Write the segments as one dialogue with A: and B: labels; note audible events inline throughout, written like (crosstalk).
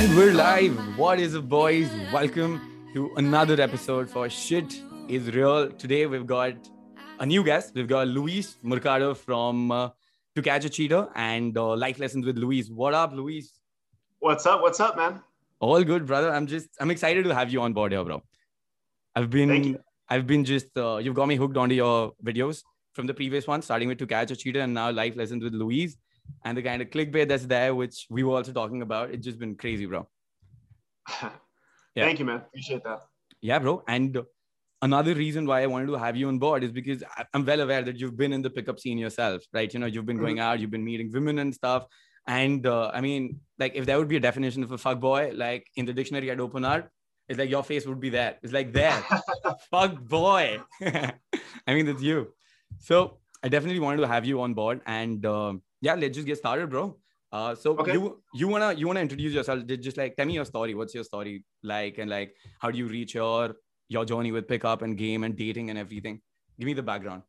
A: Hi, what is up, boys? Welcome to another episode for Shit is Real. Today we've got a new guest. We've got Luis Mercado from uh, To Catch a Cheater and uh, Life Lessons with Luis. What up, Luis?
B: What's up? What's up, man? (laughs)
A: All good, brother. I'm just I'm excited to have you on board here, bro. I've been
B: Thank you.
A: I've been just uh, you've got me hooked onto your videos from the previous one, starting with To Catch a Cheater and now Life Lessons with Luis. And the kind of clickbait that's there, which we were also talking about, it's just been crazy, bro. Yeah.
B: Thank you, man. Appreciate that.
A: Yeah, bro. And another reason why I wanted to have you on board is because I- I'm well aware that you've been in the pickup scene yourself, right? You know, you've been going out, you've been meeting women and stuff. And uh, I mean, like, if there would be a definition of a fuck boy, like in the dictionary I'd open up, it's like your face would be there. It's like
B: (laughs)
A: there, fuck boy. (laughs) I mean, that's you. So I definitely wanted to have you on board. And um, yeah, let's just get started, bro. Uh, so
B: Okay.
A: you you wanna you wanna introduce yourself? Just like tell me your story. What's your story like? And like, how do you reach your your journey with pickup and game and dating and everything. Give me the background.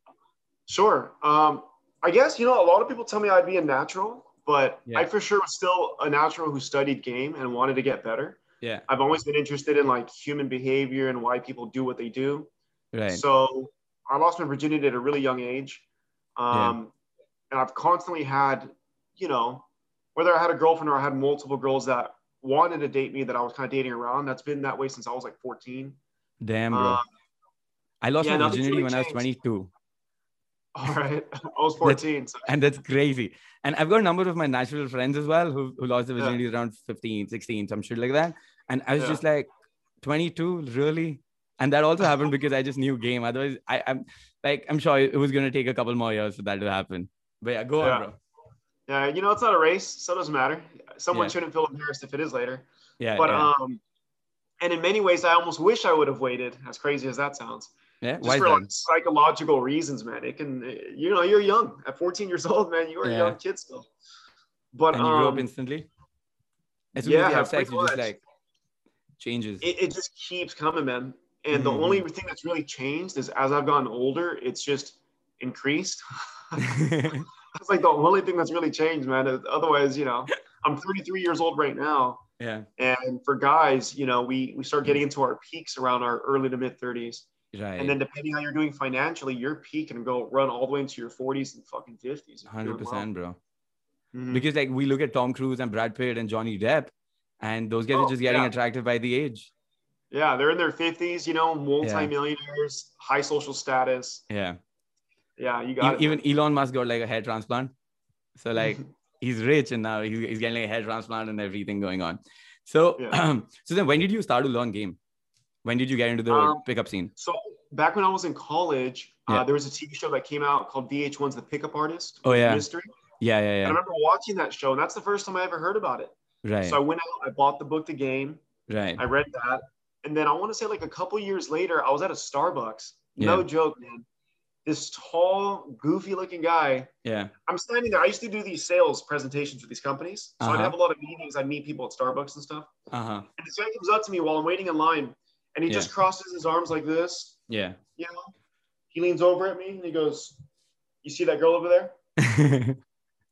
B: Sure. Um, I guess you know a lot of people tell me I'd be a natural, but
A: Yeah.
B: I for sure was still a natural who studied game and wanted to get better.
A: Yeah.
B: I've always been interested in like human behavior and why people do what they do.
A: Right.
B: So I lost my virginity at a really young age, um, and I've constantly had, you know, whether I had a girlfriend or I had multiple girls that wanted to date me that I was kind of dating around. That's been that way since I was like 14.
A: Damn, bro.
B: Um,
A: I lost
B: yeah,
A: my
B: nothing's
A: virginity
B: really
A: when I was
B: changed.
A: 22, (laughs)
B: All right. I was 14. So
A: and that's crazy. And I've got a number of my natural friends as well who, who lost their
B: Yeah.
A: virginity around 15, 16, some shit like that. And I was
B: Yeah.
A: just like, 22, really? And that also
B: (laughs)
A: happened because I just knew game. Otherwise, I, I'm like, I'm sure it was gonna take a couple more years for that to happen. But yeah, go
B: Yeah.
A: on, bro.
B: yeah, you know, it's not a race, so it doesn't matter. Someone
A: Yeah.
B: shouldn't feel embarrassed if it is later.
A: Yeah,
B: But
A: yeah.
B: um, and in many ways, I almost wish I would have waited. As crazy as that sounds,
A: yeah.
B: just
A: Why is
B: for like
A: that?
B: psychological reasons, man. It can, you know, you're young at 14 years old, man. You are
A: Yeah.
B: a young kid still. But
A: And you grew up
B: um,
A: instantly. As soon
B: yeah,
A: as you have sex,
B: pretty
A: you just
B: much.
A: like changes.
B: it, it just keeps coming, man. And the
A: Mhm.
B: only thing that's really changed is as I've gotten older, it's just increased. (laughs) that's like the only thing that's really changed, man. Otherwise, you know, I'm 33 years old right now.
A: (laughs) yeah,
B: And for guys, you know, we we start getting into our peaks around our early to mid 30s.
A: Mm. right.
B: And then depending how you're doing financially, your peak can go run all the way into your 40s and fucking 50s. if you're doing
A: Hundred percent, bro.
B: well. Mhm.
A: Because like we look at Tom Cruise and Brad Pitt and Johnny Depp, and those guys are
B: Oh,
A: just getting
B: yeah.
A: attractive by the age.
B: Yeah, they're in their 50s, you know, multimillionaires, high social status.
A: Yeah.
B: Yeah, you
A: E-
B: got
A: Even
B: it. Hmm. Mm-hmm.
A: Elon Musk got like a hair transplant, so like he's rich and now he's, he's getting like a hair transplant and everything going on. So,
B: Yeah.
A: (clears throat) so then when did you start to learn game? When did you get into the
B: Um,
A: pickup scene?
B: so back when I was in college,
A: Yeah.
B: uh, there was a TV show that came out called VH1's The Pickup Artist.
A: Oh, yeah.
B: Mystery.
A: Yeah, yeah,
B: And I
A: yeah.
B: remember watching that show, and that's the first time I ever heard about it.
A: Right,
B: So I went out, I bought the book, The Game.
A: right.
B: I read that. And then I want to say like a couple years later, I was at a Starbucks. No
A: Yeah.
B: joke, man. This tall, goofy looking guy.
A: Yeah,
B: I'm standing there. I used to do these sales presentations for these companies. So
A: Uh-huh.
B: I'd have a lot of meetings. I'd meet people at Starbucks and stuff.
A: uh huh.
B: And this guy comes up to me while I'm waiting in line and he
A: Yeah.
B: just crosses his arms like this.
A: Yeah. (laughs)
B: You know, he leans over at me and he goes, You see that girl over there?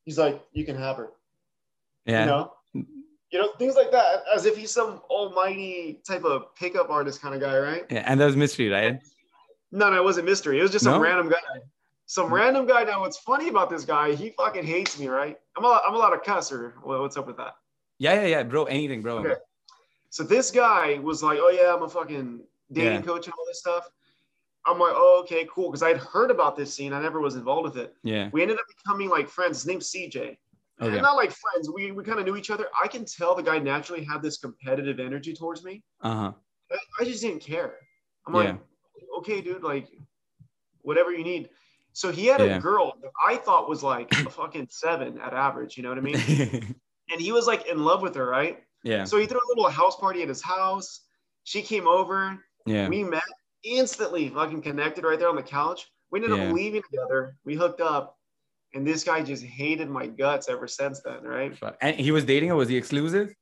B: He's like, You can have her.
A: yeah.
B: You know? You know, things like that, as if he's some almighty type of pickup artist kind of guy, right?
A: Yeah, and that was mystery, right?
B: No, no, it wasn't mystery. It was just some
A: No? Hmm.
B: random guy. Some random guy. Now, what's funny about this guy? He fucking hates me, right? I'm a, I'm a lot of cusser. Well, what's up with that?
A: Yeah, yeah, yeah, bro. Anything, bro.
B: Okay. So this guy was like, "Oh yeah, I'm a fucking dating
A: Yeah.
B: coach and all this stuff." I'm like, "Oh okay, cool," because I'd heard about this scene. I never was involved with it.
A: Yeah.
B: We ended up becoming like friends. His name's CJ. And
A: Hmm. Okay.
B: not like friends. We we kind of knew each other. I can tell the guy naturally had this competitive energy towards me.
A: Uh huh.
B: I, I just didn't care. I'm like, okay, dude, like whatever you need. So he had
A: Yeah.
B: a girl that I thought was like a (laughs) fucking seven at average, you know what I mean?
A: (laughs)
B: and he was like in love with her, right?
A: yeah.
B: So he threw a little house party at his house. She came over.
A: Yeah.
B: We met instantly, fucking connected right there on the couch. We ended
A: Yeah.
B: up leaving together. We hooked up. And this guy just hated my guts ever since then, right?
A: Fuck. and he was dating or was he exclusive?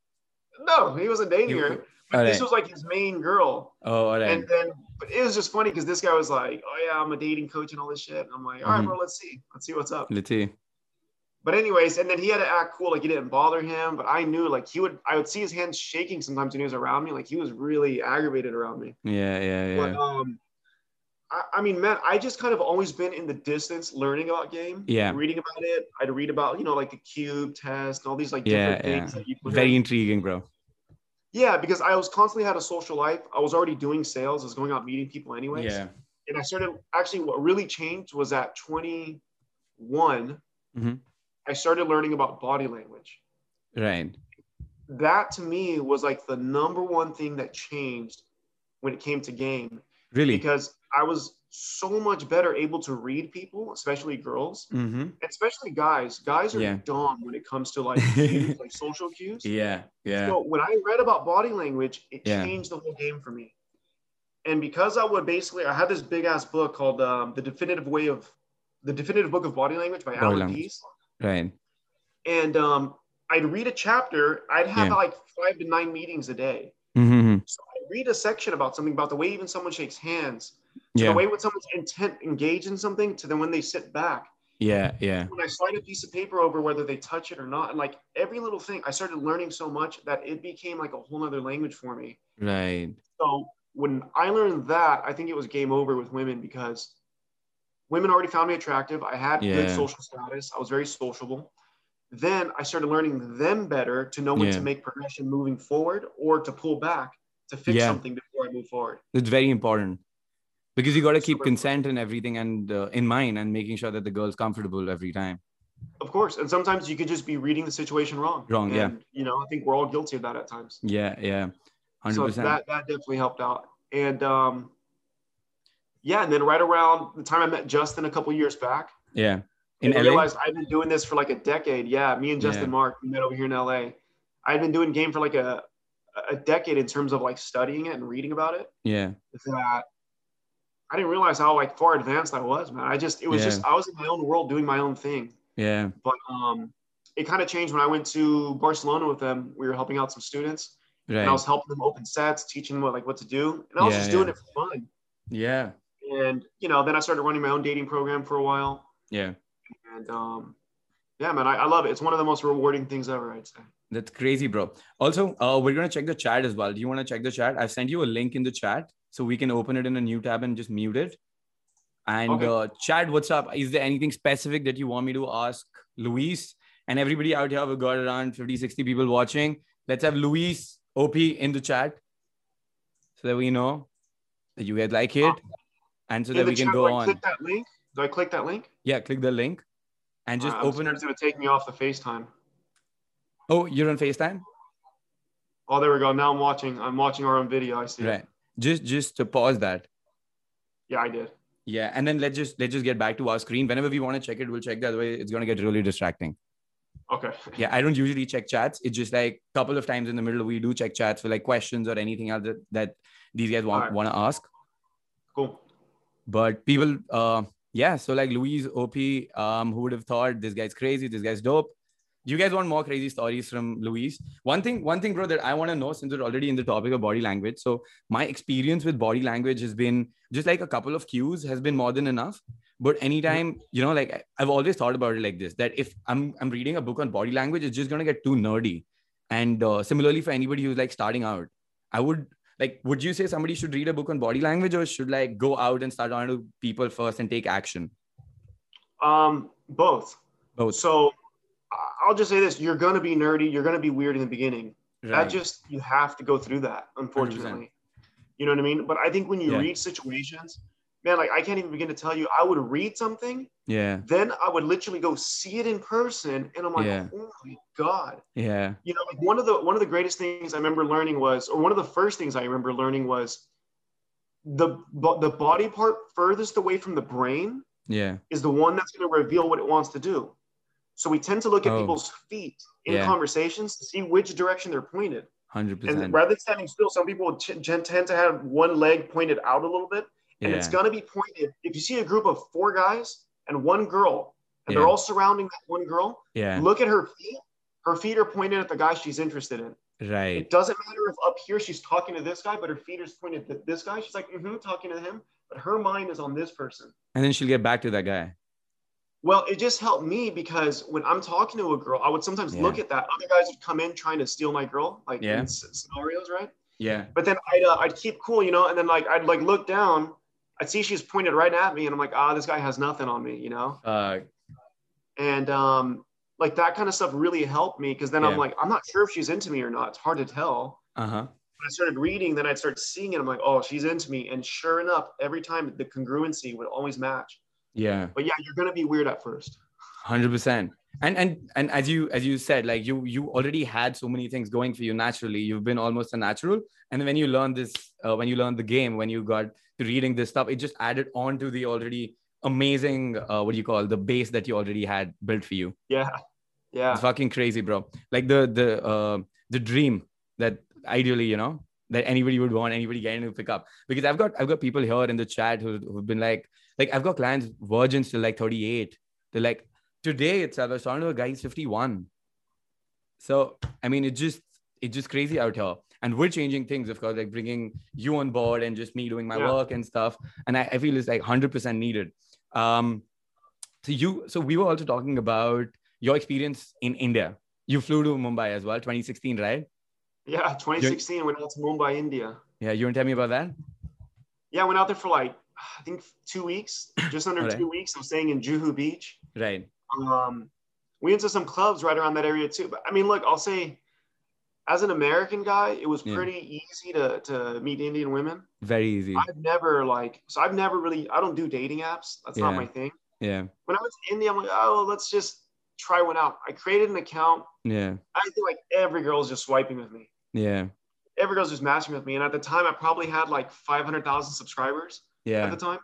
B: No, he wasn't dating
A: He-
B: her.
A: all
B: This
A: right.
B: was like his main girl.
A: oh, all right.
B: And then, but it was just funny because this guy was like, "Oh yeah, I'm a dating coach and all this shit." And I'm like, "All right,
A: Mhm.
B: bro, let's see, let's see what's up."
A: Let's see.
B: But anyways, and then he had to act cool, like he didn't bother him. But I knew, like he would, I would see his hands shaking sometimes when he was around me. Like he was really aggravated around me.
A: Yeah, yeah, yeah.
B: But um, I, I mean, man, I just kind of always been in the distance, learning about game.
A: Yeah.
B: Reading about it, I'd read about you know like the cube test and all these like
A: Yeah,
B: different
A: yeah.
B: things that you put
A: Very intriguing, bro.
B: Yeah, because I was constantly had a social life. I was already doing sales. I was going out meeting people anyways.
A: Yeah.
B: And I started actually what really changed was at 21,
A: Mhm.
B: I started learning about body language.
A: Right.
B: That to me was like the number one thing that changed when it came to game
A: Really.
B: because I was so much better able to read people, especially girls,
A: Mm-hmm.
B: especially guys. Guys are
A: Yeah.
B: dumb when it comes to
A: (laughs)
B: like cues, like social cues.
A: Yeah. Yeah.
B: So when I read about body language, it
A: Yeah.
B: changed the whole game for me. And because I would basically, I had this big ass book called um, "The Definitive Way of the Definitive Book of Body Language" by
A: Body
B: Alan
A: language.
B: Pease,
A: Right.
B: and um, I'd read a chapter. I'd have
A: Yeah.
B: like five to nine meetings a day.
A: Mm-hmm.
B: So I would read a section about something about the way even someone shakes hands, to
A: Yeah.
B: the way when someone's intent engaged in something, to then when they sit back.
A: Yeah. Yeah.
B: When I slide a piece of paper over, whether they touch it or not, and like every little thing, I started learning so much that it became like a whole other language for me.
A: Right.
B: So when I learned that, I think it was game over with women because women already found me attractive. I had good
A: Yeah.
B: social status. I was very sociable. Then I started learning them better to know when
A: Yeah.
B: to make progression moving forward or to pull back to fix
A: Yeah.
B: something before I move forward.
A: It's very important because you got to keep
B: Super
A: consent and everything and uh, in mind and making sure that the girl's comfortable every time.
B: Of course. And sometimes you could just be reading the situation wrong.
A: Wrong, yeah.
B: And, You know, I think we're all guilty of that at times.
A: Yeah. Yeah. Hundred
B: So
A: percent.
B: that that definitely helped out. And um yeah, and then right around the time I met Justin a couple years back,
A: Yeah. In
B: And I
A: LA.
B: realized I've been doing this for like a decade. Yeah, me and Justin
A: Yeah.
B: Mark we met over here in LA. I've been doing game for like a a decade in terms of like studying it and reading about it.
A: yeah.
B: That I didn't realize how like far advanced I was, man. I just it was
A: Yeah.
B: just I was in my own world doing my own thing.
A: Yeah.
B: But um, it kind of changed when I went to Barcelona with them. We were helping out some students, and I
A: Right.
B: was helping them open sets, teaching them what like what to do, and I was
A: Yeah,
B: just doing
A: yeah.
B: it for fun.
A: Yeah.
B: And you know, then I started running my own dating program for a while.
A: Yeah.
B: And um, yeah, man, I, I love it. It's one of the most rewarding things ever, I'd say.
A: That's crazy, bro. Also, uh, we're gonna check the chat as well. Do you want to check the chat? I've sent you a link in the chat so we can open it in a new tab and just mute it. And
B: Okay.
A: uh, Chad, what's up? Is there anything specific that you want me to ask Luis and everybody out here? We've got around 50, 60 people watching. Let's have Luis OP in the chat so that we know that you guys like it and so
B: In
A: that
B: Ah. the
A: we can
B: chat,
A: go
B: do I
A: on.
B: Click that link. Do I click that link?
A: Yeah, click the link and just
B: Uh, I'm
A: open
B: scared
A: it.
B: It's gonna take me off the FaceTime.
A: Oh, you're on FaceTime?
B: Oh, there we go. Now I'm watching. I'm watching our own video. I see. it.
A: Right. Just just to pause that.
B: Yeah, I did.
A: Yeah, and then let's just let's just get back to our screen. Whenever we want to check it, we'll check. That way, it's gonna get really distracting.
B: Okay. (laughs)
A: Yeah, I don't usually check chats. It's just like a couple of times in the middle we do check chats for like questions or anything else that, that these guys want
B: Alright.
A: want to ask.
B: Cool.
A: But people, uh, yeah. So like Louise, Op, um, who would have thought this guy's crazy? This guy's dope. Do you guys want more crazy stories from Louise? One thing, one thing, bro, that I want to know since we're already in the topic of body language. So my experience with body language has been just like a couple of cues has been more than enough. But anytime, you know, like I- I've always thought about it like this: that if I'm I'm reading a book on body language, it's just gonna get too nerdy. And uh, similarly, for anybody who's like starting out, I would like, would you say somebody should read a book on body language, or should like go out and start talking to people first and take action?
B: Um, both.
A: Both.
B: So I- I'll just say this: you're gonna be nerdy. You're gonna be weird in the beginning. That
A: Right.
B: just you have to go through that, unfortunately. You know what I mean? But I think when you
A: Yeah.
B: read situations, man, like I can't even begin to tell you. I would read something
A: yeah.
B: then I would literally go see it in person, and I'm like,
A: Yeah.
B: oh my god!
A: Yeah.
B: You know, like one of the one of the greatest things I remember learning was, or one of the first things I remember learning was, the bo- the body part furthest away from the brain
A: Yeah.
B: is the one that's going to reveal what it wants to do. So we tend to look at
A: Oh.
B: people's feet in
A: Yeah.
B: conversations to see which direction they're pointed.
A: Hundred
B: And
A: percent.
B: rather than standing still, some people would t- gen- tend to have one leg pointed out a little bit and it's
A: Yeah.
B: going to be pointed. If you see a group of four guys and one girl, and they're
A: Yeah.
B: all surrounding that one girl,
A: Yeah.
B: look at her feet. Her feet are pointed at the guy she's interested in.
A: Right.
B: It doesn't matter if up here she's talking to this guy, but her feet are pointed to this guy. She's like, mm-hmm, talking to him, but her mind is on this person.
A: And then she'll get back to that guy.
B: Well, it just helped me because when I'm talking to a girl, I would sometimes
A: Yeah.
B: look at that. Other guys would come in trying to steal my girl, like
A: Yeah.
B: in s- scenarios, right?
A: Yeah.
B: But then I'd, uh, I'd keep cool, you know, and then like I'd like look down, I'd see she's pointed right at me, and I'm like, ah, this guy has nothing on me, you know.
A: Uh,
B: And um, like that kind of stuff really helped me because then I'm
A: Yeah.
B: like, I'm not sure if she's into me or not. It's hard to tell.
A: uh huh.
B: When I started reading, then I'd start seeing it. I'm like, oh, she's into me, and sure enough, every time the congruency would always match.
A: Yeah.
B: But yeah, you're gonna be weird at first.
A: Hundred percent. And and and as you as you said, like you you already had so many things going for you naturally. You've been almost a natural. And when you learned this, uh, when you learned the game, when you got to reading this stuff, it just added on to the already amazing uh, what do you call the base that you already had built for you.
B: Yeah, yeah.
A: It's fucking crazy, bro. Like the the uh, the dream that ideally, you know, that anybody would want, anybody getting to pick up. Because I've got I've got people here in the chat who who've been like, like I've got clients virgins till like 38. They're like today itself. I was talking to a guy who's 51. So I mean, it just it's just crazy out here. And we're changing things, of course, like bringing you on board and just me doing my
B: Yeah.
A: work and stuff. And I, I feel it's like 100% needed. Um, so you, so we were also talking about your experience in India. You flew to Mumbai as well, 2016, right?
B: Yeah, 2016, went out to Mumbai, India.
A: Yeah, you want to tell me about that?
B: Yeah, I went out there for like, I think two weeks, just under
A: Alright.
B: two weeks. I'm staying in Juhu Beach.
A: Right.
B: Um, we went to some clubs right around that area too. But I mean, look, I'll say, as an American guy, it was
A: Yeah.
B: pretty easy to, to meet Indian women.
A: Very easy.
B: I've never like, so I've never really, I don't do dating apps. That's not
A: Yeah.
B: my thing.
A: Yeah.
B: When I was in India, I'm like, oh, let's just try one out. I created an account.
A: Yeah.
B: I think like every girl's just swiping with me.
A: Yeah.
B: Every girl's just matching with me. And at the time, I probably had like 500,000 subscribers. at
A: Yeah.
B: the time.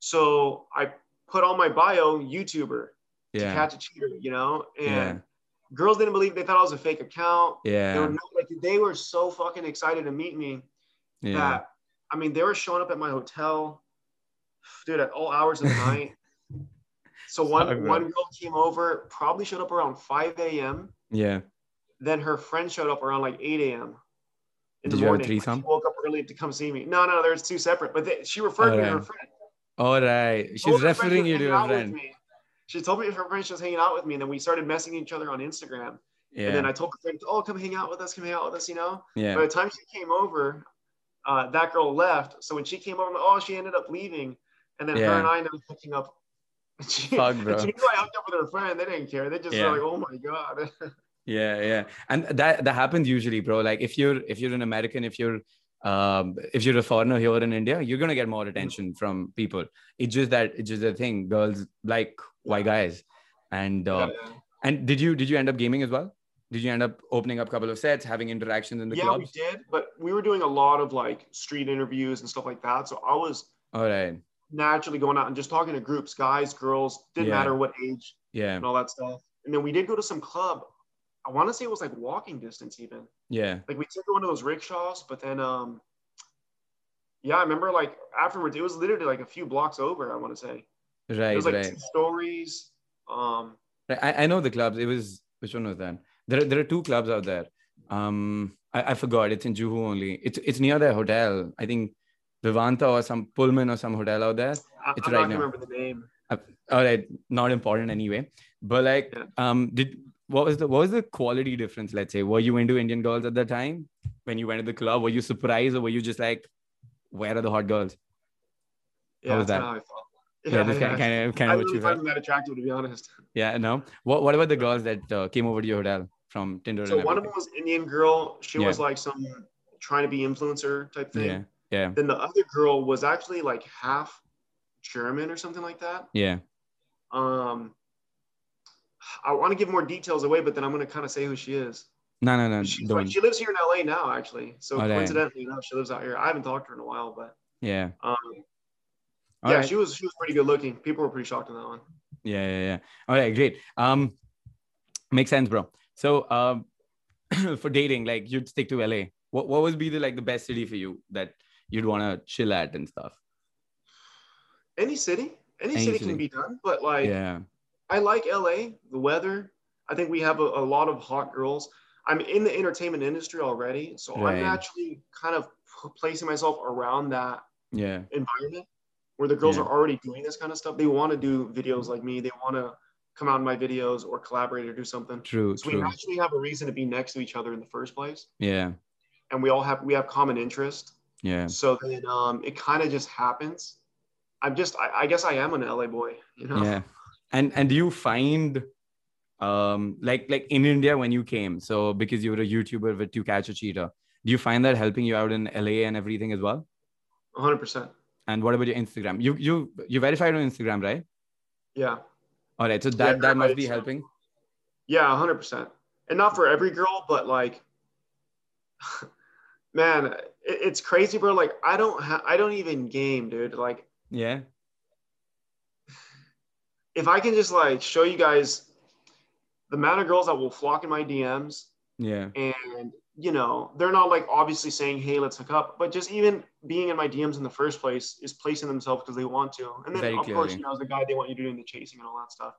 B: So I put on my bio YouTuber to
A: Yeah.
B: catch a cheater, you know? And
A: Yeah.
B: girls didn't believe they thought I was a fake account. They were
A: Yeah.
B: no, like they were so fucking excited to meet me
A: Yeah.
B: that I mean they were showing up at my hotel, dude, at all hours
A: (laughs)
B: of the night. So one
A: Fuck, bro.
B: one girl came over, probably showed up around 5 a.m.
A: Yeah.
B: Then her friend showed up around like 8 a.m. In
A: Did you
B: the
A: have a
B: morning. Like,
A: threesome?
B: she woke up early to come see me. No, no, there's two separate. But they, she referred me to her
A: Alright.
B: friend.
A: All right.
B: told
A: Oh, She's
B: her friend
A: referring
B: she
A: you
B: was
A: to
B: hanging
A: a
B: out with
A: friend.
B: me. She told me her friend she was hanging out with me, and then we started messaging each other on Instagram. And then
A: Yeah.
B: I told the friend, "Oh, come hang out with us, come hang out with us," you know. By
A: Yeah.
B: the time she came over, uh, that girl left. So when she came over, I'm like, oh, she ended up leaving, and then
A: Yeah.
B: her and I ended up hooking up. (laughs) She,
A: Fuck,
B: (laughs) she knew
A: bro.
B: I hooked up with her friend. They didn't care. They just
A: Yeah.
B: were like, "Oh my god." (laughs)
A: yeah yeah and that that happens usually bro like if you're if you're an american if you're um if you're a foreigner here in india you're gonna get more attention from people it's just that it's just a thing girls like white guys and uh, and did you did you end up gaming as well did you end up opening up a couple of sets having interactions in the
B: yeah, we
A: clubs
B: did, but we were doing a lot of like street interviews and stuff like that. So I was
A: all right
B: naturally going out and just talking to groups, guys, girls, didn't
A: Yeah.
B: matter what age.
A: yeah
B: and all that stuff. And then we did go to some club. I want to say it was like walking distance, even.
A: yeah
B: Like we took one of those rickshaws, but then, um, yeah, I remember like afterwards, it was literally like a few blocks over. I want to say it
A: right
B: was like
A: right
B: two stories. Um,
A: Right, I, I know the clubs. It was which one was that? There are, there are two clubs out there. Um, I, I forgot. It's in Juhu only. It's it's near their hotel. I think Vivanta or some Pullman or some hotel out there.
B: I,
A: It's right
B: I'm not gonna
A: now.
B: remember the name.
A: All right, not important anyway. But like,
B: Yeah.
A: um, did what was the what was the quality difference? Let's say, were you into Indian girls at that time when you went to the club? Were you surprised or were you just like, where are the hot girls?
B: Yeah,
A: was
B: that's
A: that?
B: kind of how I felt. Yeah,
A: Yeah, this
B: yeah.
A: kind, kind of kind
B: I
A: of what
B: really
A: you
B: find
A: felt.
B: them that attractive, to be honest.
A: Yeah, no. What what about the girls that uh, came over to your hotel from Tinder?
B: So
A: and
B: one of them was Indian girl. She
A: Yeah.
B: was like some trying to be influencer type thing.
A: everything? yeah, yeah,
B: Then the other girl was actually like half German or something like that.
A: yeah.
B: Um, I want to give more details away, but then I'm going to kind of say who she is.
A: No, no, no.
B: She's
A: don't.
B: like, she lives here in LA now, actually. So
A: Alright.
B: coincidentally enough, she lives out here. I haven't talked to her in a while, but
A: Yeah.
B: um,
A: All
B: yeah,
A: right.
B: she was she was pretty good looking. People were pretty shocked on that one.
A: yeah, yeah, yeah. All right, great. Um, makes sense, bro. So, um, (clears throat) for dating, like you'd stick to LA. What what would be the like the best city for you that you'd want to chill at and stuff?
B: Any city, any,
A: Any
B: city,
A: city.
B: can be done, but like
A: yeah.
B: I like LA, the weather. I think we have a, a lot of hot girls. I'm in the entertainment industry already, so
A: Right.
B: I'm naturally kind of p- placing myself around that
A: Yeah.
B: environment. where the girls
A: Yeah.
B: are already doing this kind of stuff. They want to do videos like me. They want to come out in my videos or collaborate or do something.
A: True,
B: So
A: true.
B: we actually have a reason to be next to each other in the first place,
A: yeah,
B: and we all have we have common interest.
A: yeah.
B: So then um, it kind of just happens. I'm just I, I guess I am an LA boy, you know.
A: yeah and and do you find um like like in india when you came so because you were a youtuber with to catch a cheetah do you find that helping you out in la and everything as well
B: 100. percent
A: and what about your instagram you you you verified on instagram right
B: Yeah.
A: all right so that
B: Yeah,
A: that must
B: verified
A: be helping
B: Instagram. Yeah, 100%. And not for every girl, but like, (sighs) man, it, it's crazy, bro. Like, I don't, ha- I don't even game, dude. Like,
A: yeah
B: if I can just like show you guys the amount of girls that will flock in my DMs,
A: yeah
B: and you know, they're not like obviously saying, "Hey, let's hook up," but just even being in my DMs in the first place is placing themselves because they want to. And then,
A: Very
B: of course,
A: clearly.
B: you know, as the guy, they want you doing the chasing and all that stuff.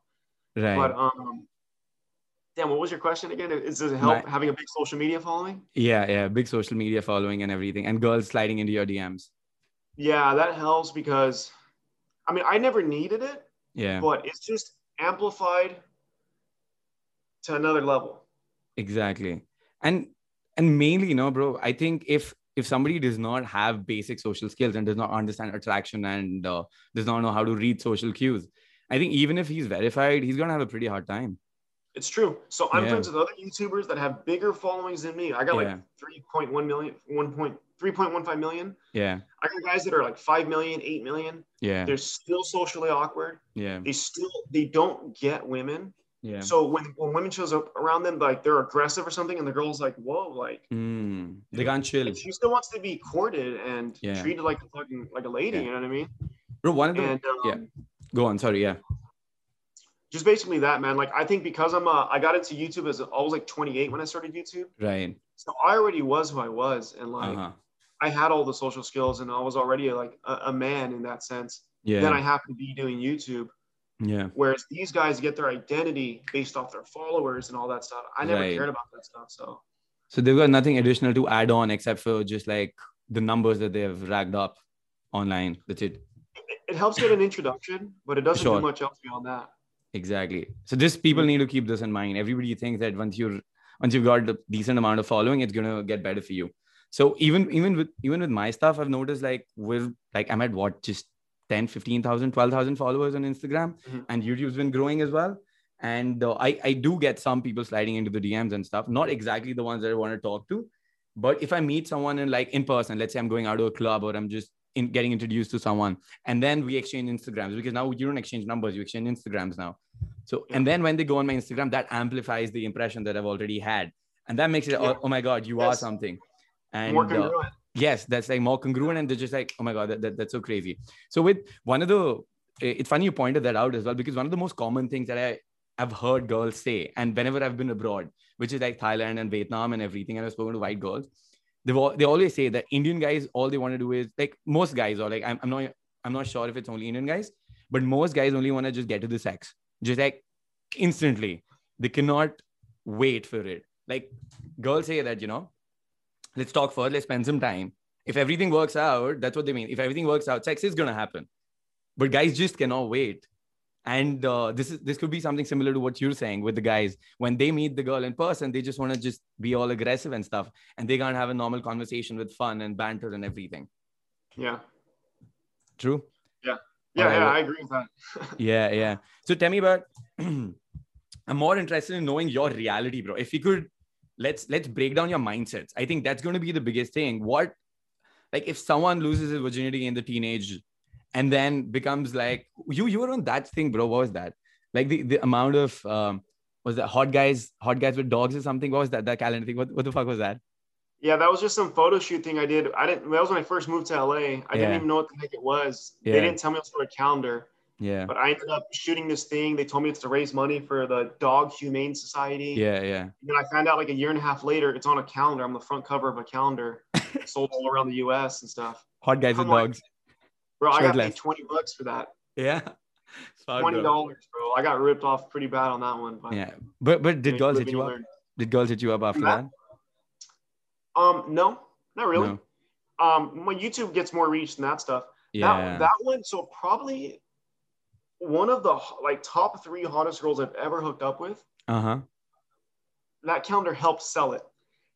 A: right
B: But um, damn, what was your question again? Is does it help
A: My-
B: having a big social media following?
A: yeah yeah big social media following and everything and girls sliding into your dms
B: Yeah, that helps because I mean, I never needed it,
A: yeah
B: but it's just amplified to another level.
A: exactly and and mainly you know bro i think if if somebody does not have basic social skills and does not understand attraction and uh, does not know how to read social cues i think even if he's verified he's gonna have a pretty hard time
B: It's true. So I'm
A: Yeah.
B: friends with other YouTubers that have bigger followings than me. I got
A: Yeah.
B: like 3.1 million, 1 point, 3.15 million.
A: yeah
B: I got guys that are like 5 million, 8 million.
A: yeah
B: They're still socially awkward.
A: yeah
B: They still, they don't get women.
A: yeah
B: So when, when women shows up around them, like they're aggressive or something and the girl's like, whoa, like
A: mm, they can't chill
B: she still wants to be courted and
A: Yeah.
B: treated like a fucking, like a lady.
A: Yeah.
B: You know what I mean?
A: bro one of the
B: and um,
A: yeah. go on sorry yeah
B: just basically that man like i think because i'm uh, i got into youtube as i was like 28 when i started youtube
A: right
B: so i already was who i was and like
A: uh-huh
B: i had all the social skills and i was already like a, a man in that sense then i
A: yeah
B: happened to be doing youtube
A: yeah
B: whereas these guys get their identity based off their followers and all that stuff i never
A: Right.
B: cared about that stuff so
A: so they've got nothing additional to add on except for just like the numbers that they've racked up online that's it
B: it, it helps get an introduction but it doesn't
A: Sure.
B: do much else beyond that
A: exactly so just people need to keep this in mind everybody thinks that once you're once you've got a decent amount of following it's going to get better for you so even even with even with my stuff i've noticed like with like i'm at what just 10 15000 12000 followers on instagram
B: Mhm.
A: and youtube's been growing as well and uh, i i do get some people sliding into the dms and stuff not exactly the ones that i want to talk to but if i meet someone in like in person let's say i'm going out to a club or i'm just in getting introduced to someone and then we exchange instagrams because now you don't exchange numbers you exchange instagrams now so
B: Mm-hmm.
A: and then when they go on my Instagram, that amplifies the impression that I've already had, and that makes it
B: Yeah.
A: oh, oh my god, you are
B: Yes.
A: something. And
B: more
A: uh,
B: congruent
A: yes, that's like more congruent, and they're just like, oh my god, that, that, that's so crazy. So with one of the, it- it's funny you pointed that out as well because one of the most common things that I I've heard girls say, and whenever I've been abroad, which is like Thailand and Vietnam and everything, and I've spoken to white girls, they they always say that Indian guys all they want to do is like most guys or like I'm, I'm not I'm not sure if it's only Indian guys, but most guys only want to just get to the sex, just like instantly. They cannot wait for it. Like girls say that you know, let's talk first, let's spend some time. If everything works out, that's what they mean. If everything works out, sex is gonna happen. But guys just cannot wait. And uh, this is this could be something similar to what you're saying with the guys when they meet the girl in person, they just want to just be all aggressive and stuff, and they can't have a normal conversation with fun and banter and everything.
B: yeah
A: True.
B: yeah
A: Alright,
B: yeah
A: well-
B: i agree with that
A: Yeah, yeah. So tell me about. (clears throat) I'm more interested in knowing your reality, bro. If you could, let's let's break down your mindsets. I think that's going to be the biggest thing. What, like, if someone loses his virginity in the teenage, and then becomes like you you were on that thing, bro. What was that? Like the the amount of um was that hot guys hot guys with dogs or something? What was that that calendar thing? What what the fuck was that?
B: Yeah, that was just some photo shoot thing I did. I didn't. That was when I first moved to LA. I
A: Yeah.
B: didn't even know what the heck it was.
A: Yeah.
B: They didn't tell me it was for a calendar,
A: Yeah,
B: but I ended up shooting this thing. They told me it's to raise money for the Dog Humane Society.
A: yeah, yeah.
B: And then I found out like a year and a half later, it's on a calendar. I'm the front cover of a
A: (laughs)
B: calendar, sold all around the U.S. and stuff.
A: Hot guys with
B: Come on.
A: dogs. (laughs)
B: Bro, I got
A: Shirtless.
B: paid twenty bucks for that.
A: Yeah. Fuck,
B: Twenty
A: bro.
B: dollars, bro. I got ripped off pretty bad on that one. But
A: Yeah, but but
B: you know,
A: did girls
B: live
A: hit
B: and
A: you up?
B: learn.
A: Did girls hit you up after
B: Not
A: that?
B: Um, no, not really.
A: No.
B: Um, my YouTube gets more reach than that stuff. That, that one, so probably one of the ho- like top three hottest girls I've ever hooked up with.
A: Uh huh.
B: That calendar helped sell it.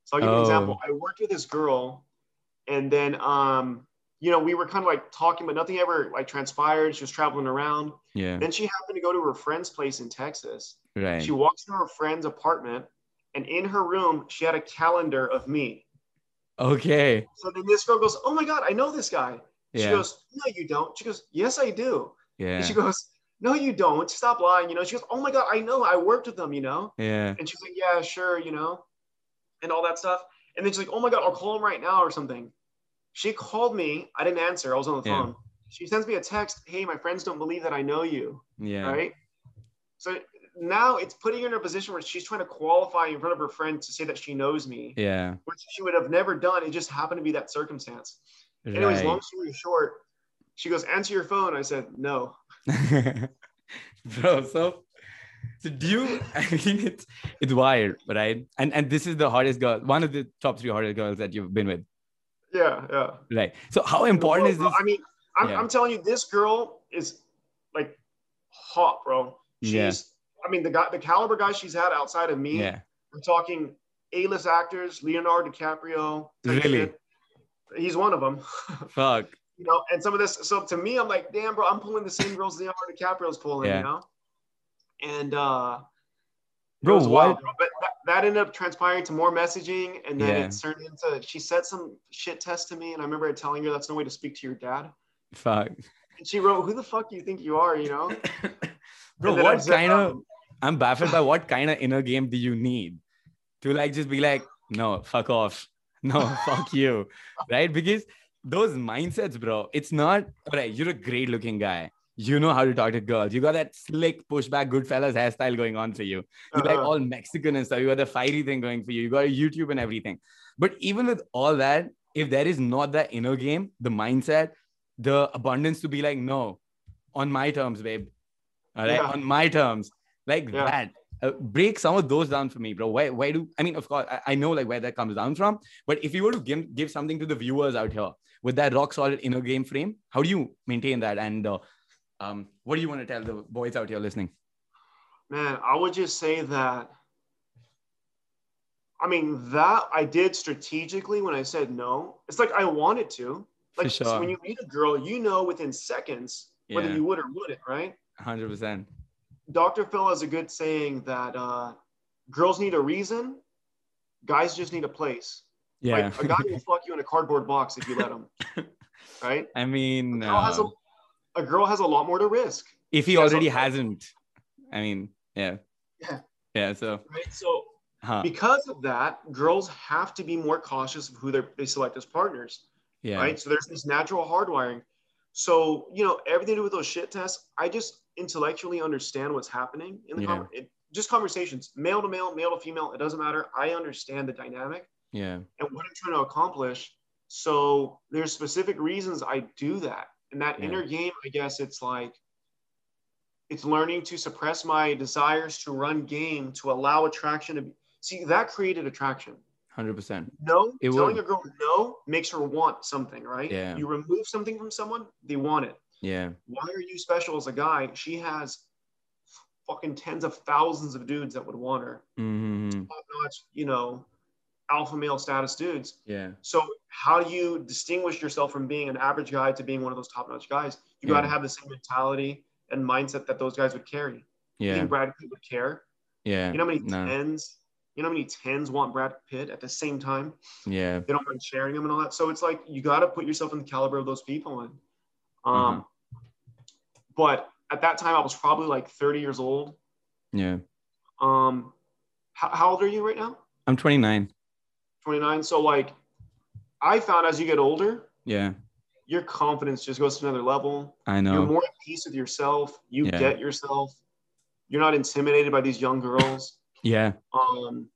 B: So I'll give you an example.
A: Oh.
B: I worked with this girl, and then um, you know, we were kind of like talking, but nothing ever like transpired. She was traveling around.
A: Yeah.
B: Then she happened to go to her friend's place in Texas.
A: Right.
B: She walks into her friend's apartment, and in her room, she had a calendar of me.
A: okay.
B: So then this girl goes, Oh my God, I know this guy. She
A: Yeah.
B: goes, No, you don't. She goes, Yes, I do.
A: Yeah.
B: And she goes, No, you don't. Stop lying. You know, she goes, Oh my God, I know. I worked with them, you know?
A: Yeah.
B: And she's like, Yeah, sure, you know, and all that stuff. And then she's like, Oh my God, I'll call him right now or something. She called me. I didn't answer. I was on the
A: Yeah.
B: phone. She sends me a text. Hey, my friends don't believe that I know you.
A: Yeah.
B: Right. So now it's putting her in a position where she's trying to qualify in front of her friend to say that she knows me,
A: Yeah.
B: which she would have never done. It just happened to be that circumstance. Anyways,
A: right.
B: long story short, she goes, Answer your phone. I said, No.
A: (laughs) bro so so do you (laughs) i mean it's it's wired right and and this is the hottest girl one of the top three hottest girls that you've been with
B: Yeah. Yeah.
A: right so how important
B: Bro,
A: is
B: bro,
A: this
B: I mean, I'm,
A: Yeah.
B: I'm telling you, this girl is like hot, bro. She's,
A: Yeah.
B: I mean, the guy, the caliber guy she's had outside of me.
A: yeah
B: We're talking A-list actors, Leonardo DiCaprio. type
A: Really?
B: shit. He's one of them.
A: fuck
B: you know, and some of this. So to me, I'm like, damn, bro, I'm pulling the same girls Leonardo DiCaprio's pulling.
A: Yeah.
B: You know. And uh, it
A: bro
B: was wild,
A: what
B: bro. But that, that ended up transpiring to more messaging, and then
A: Yeah.
B: it's turned into. She said some shit test to me, and I remember telling her that's no way to speak to your dad.
A: fuck
B: And she wrote, "Who the fuck do you think you are?" You know.
A: bro
B: And then I
A: what
B: said,
A: kind of
B: um,
A: i'm baffled by what kind of inner game do you need to like just be like no fuck off no (laughs) fuck you right because those mindsets bro it's not all right you're a great looking guy you know how to talk to girls you got that slick pushback good fellas hairstyle going on for you you like
B: uh,
A: all Mexican and stuff. You got the fiery thing going for you. You got YouTube and everything. But even with all that, if there is not that inner game, the mindset, the abundance to be like, no, on my terms, babe. All right,
B: Yeah.
A: on my terms, like
B: Yeah.
A: that. Uh, break some of those down for me, bro. Why? Why do? I mean, of course, I, I know like where that comes down from. But if you were to give, give something to the viewers out here with that rock solid inner game frame, how do you maintain that? And uh, um, what do you want to tell the boys out here listening?
B: man, I would just say that. I mean, that I did strategically when I said no. It's like I wanted to.
A: For
B: Like
A: sure.
B: when you meet a girl, you know within seconds whether
A: Yeah.
B: you would or wouldn't, right?
A: Hundred percent.
B: Dr. Phil has a good saying that uh, girls need a reason, guys just need a place.
A: Yeah.
B: Like, a guy will fuck you in a cardboard box if you
A: (laughs)
B: let him, right?
A: I mean,
B: A girl has
A: uh,
B: a, a girl has a lot more to risk.
A: if he
B: she has
A: already
B: a-
A: hasn't, I mean, yeah,
B: Yeah.
A: yeah. So,
B: right? So
A: huh?
B: because of that, girls have to be more cautious of who they're- they select as partners,
A: Yeah,
B: right? So there's this natural hardwiring. So you know everything to do with those shit tests. I just intellectually understand what's happening in the
A: Yeah.
B: conver- it, just conversations, male to male, male to female. It doesn't matter. I understand the dynamic
A: yeah,
B: and what I'm trying to accomplish. So there's specific reasons I do that. And that
A: Yeah.
B: inner game, I guess it's like it's learning to suppress my desires to run game to allow attraction to be see that created attraction.
A: hundred percent.
B: No,
A: It
B: telling
A: would.
B: a girl no makes her want something, right?
A: Yeah.
B: You remove something from someone, they want it.
A: Yeah,
B: Why are you special as a guy? She has fucking tens of thousands of dudes that would want her.
A: mm-hmm.
B: Top notch, you know, alpha male status dudes.
A: yeah,
B: So how do you distinguish yourself from being an average guy to being one of those top-notch guys? You
A: Yeah.
B: got to have the same mentality and mindset that those guys would carry. You
A: yeah,
B: think Brad Pitt would care?
A: yeah,
B: You know how many
A: No.
B: tens? You know how many tens want Brad Pitt at the same time?
A: yeah,
B: They don't mind sharing them and all that. So it's like you got to put yourself in the caliber of those people. And um,
A: Uh-huh.
B: but at that time I was probably like 30 years old.
A: yeah.
B: Um, how, how old are you right now?
A: I'm 29.
B: 29. So like, I found as you get older,
A: Yeah,
B: your confidence just goes to another level.
A: I
B: You're
A: know.
B: more at peace with yourself. You
A: Yeah.
B: get yourself. You're not intimidated by these young girls.
A: Yeah,
B: Um,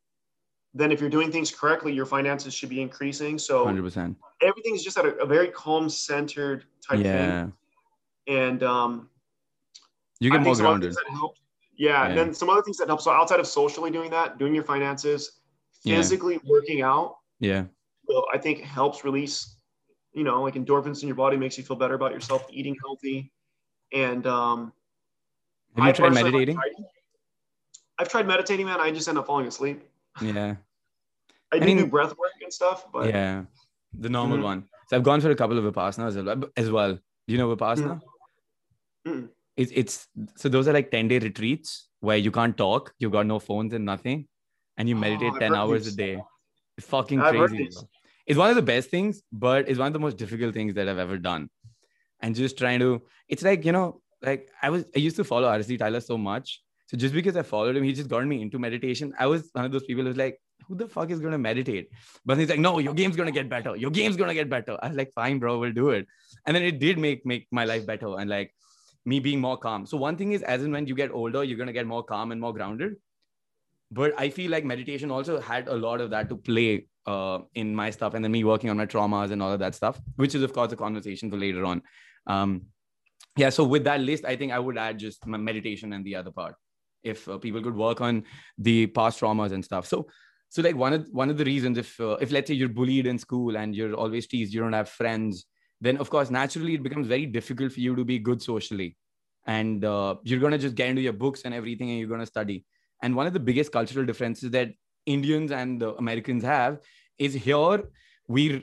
B: then, if you're doing things correctly, your finances should be increasing. So
A: hundred percent.
B: everything's just at a, a very calm, centered type
A: Yeah,
B: thing. And um,
A: you
B: I
A: get
B: think
A: more
B: some other
A: grounded.
B: things that help. Yeah,
A: Yeah.
B: And then some other things that help. So outside of socially doing that, doing your finances,
A: Yeah.
B: physically working out,
A: Yeah,
B: well, I think helps release you know, like endorphins in your body makes you feel better about yourself, eating healthy. And um,
A: Have you
B: I
A: tried
B: personally like
A: meditating?
B: writing. I've tried meditating, man. I just end up falling asleep.
A: Yeah.
B: I do
A: mean-
B: do breath work and stuff, but
A: yeah. The normal
B: Mhm.
A: one. So I've gone for a couple of Vipassanas as well. As well. Do you know Vipassana?
B: Mm.
A: It's, it's so those are like 10 day retreats where you can't talk, you've got no phones and nothing, and you
B: Oh,
A: meditate
B: I've
A: 10
B: heard
A: hours
B: these.
A: a day. It's fucking
B: I've heard
A: crazy.
B: these.
A: bro. It's one of the best things, but it's one of the most difficult things that I've ever done. And just trying to, it's like, you know, like I was, I used to follow RC Tyler so much. So just because I followed him, he just got me into meditation. I was one of those people who's like, who the fuck is going to meditate? But he's like, no, your game's going to get better. Your game's going to get better. I was like, fine, bro, we'll do it. And then it did make, make my life better. And like, me being more calm. So one thing is, as and when you get older, you're gonna get more calm and more grounded. But I feel like meditation also had a lot of that to play uh, in my stuff, and then me working on my traumas and all of that stuff, which is of course a conversation for later on. Um, yeah. So with that list, I think I would add just my meditation and the other part, if uh, people could work on the past traumas and stuff. So. So like one of one of the reasons if uh, if let's say you're bullied in school and you're always teased you don't have friends then of course naturally it becomes very difficult for you to be good socially and uh, you're going to just get into your books and everything and you're going to study and one of the biggest cultural differences that indians and uh, americans have is here we're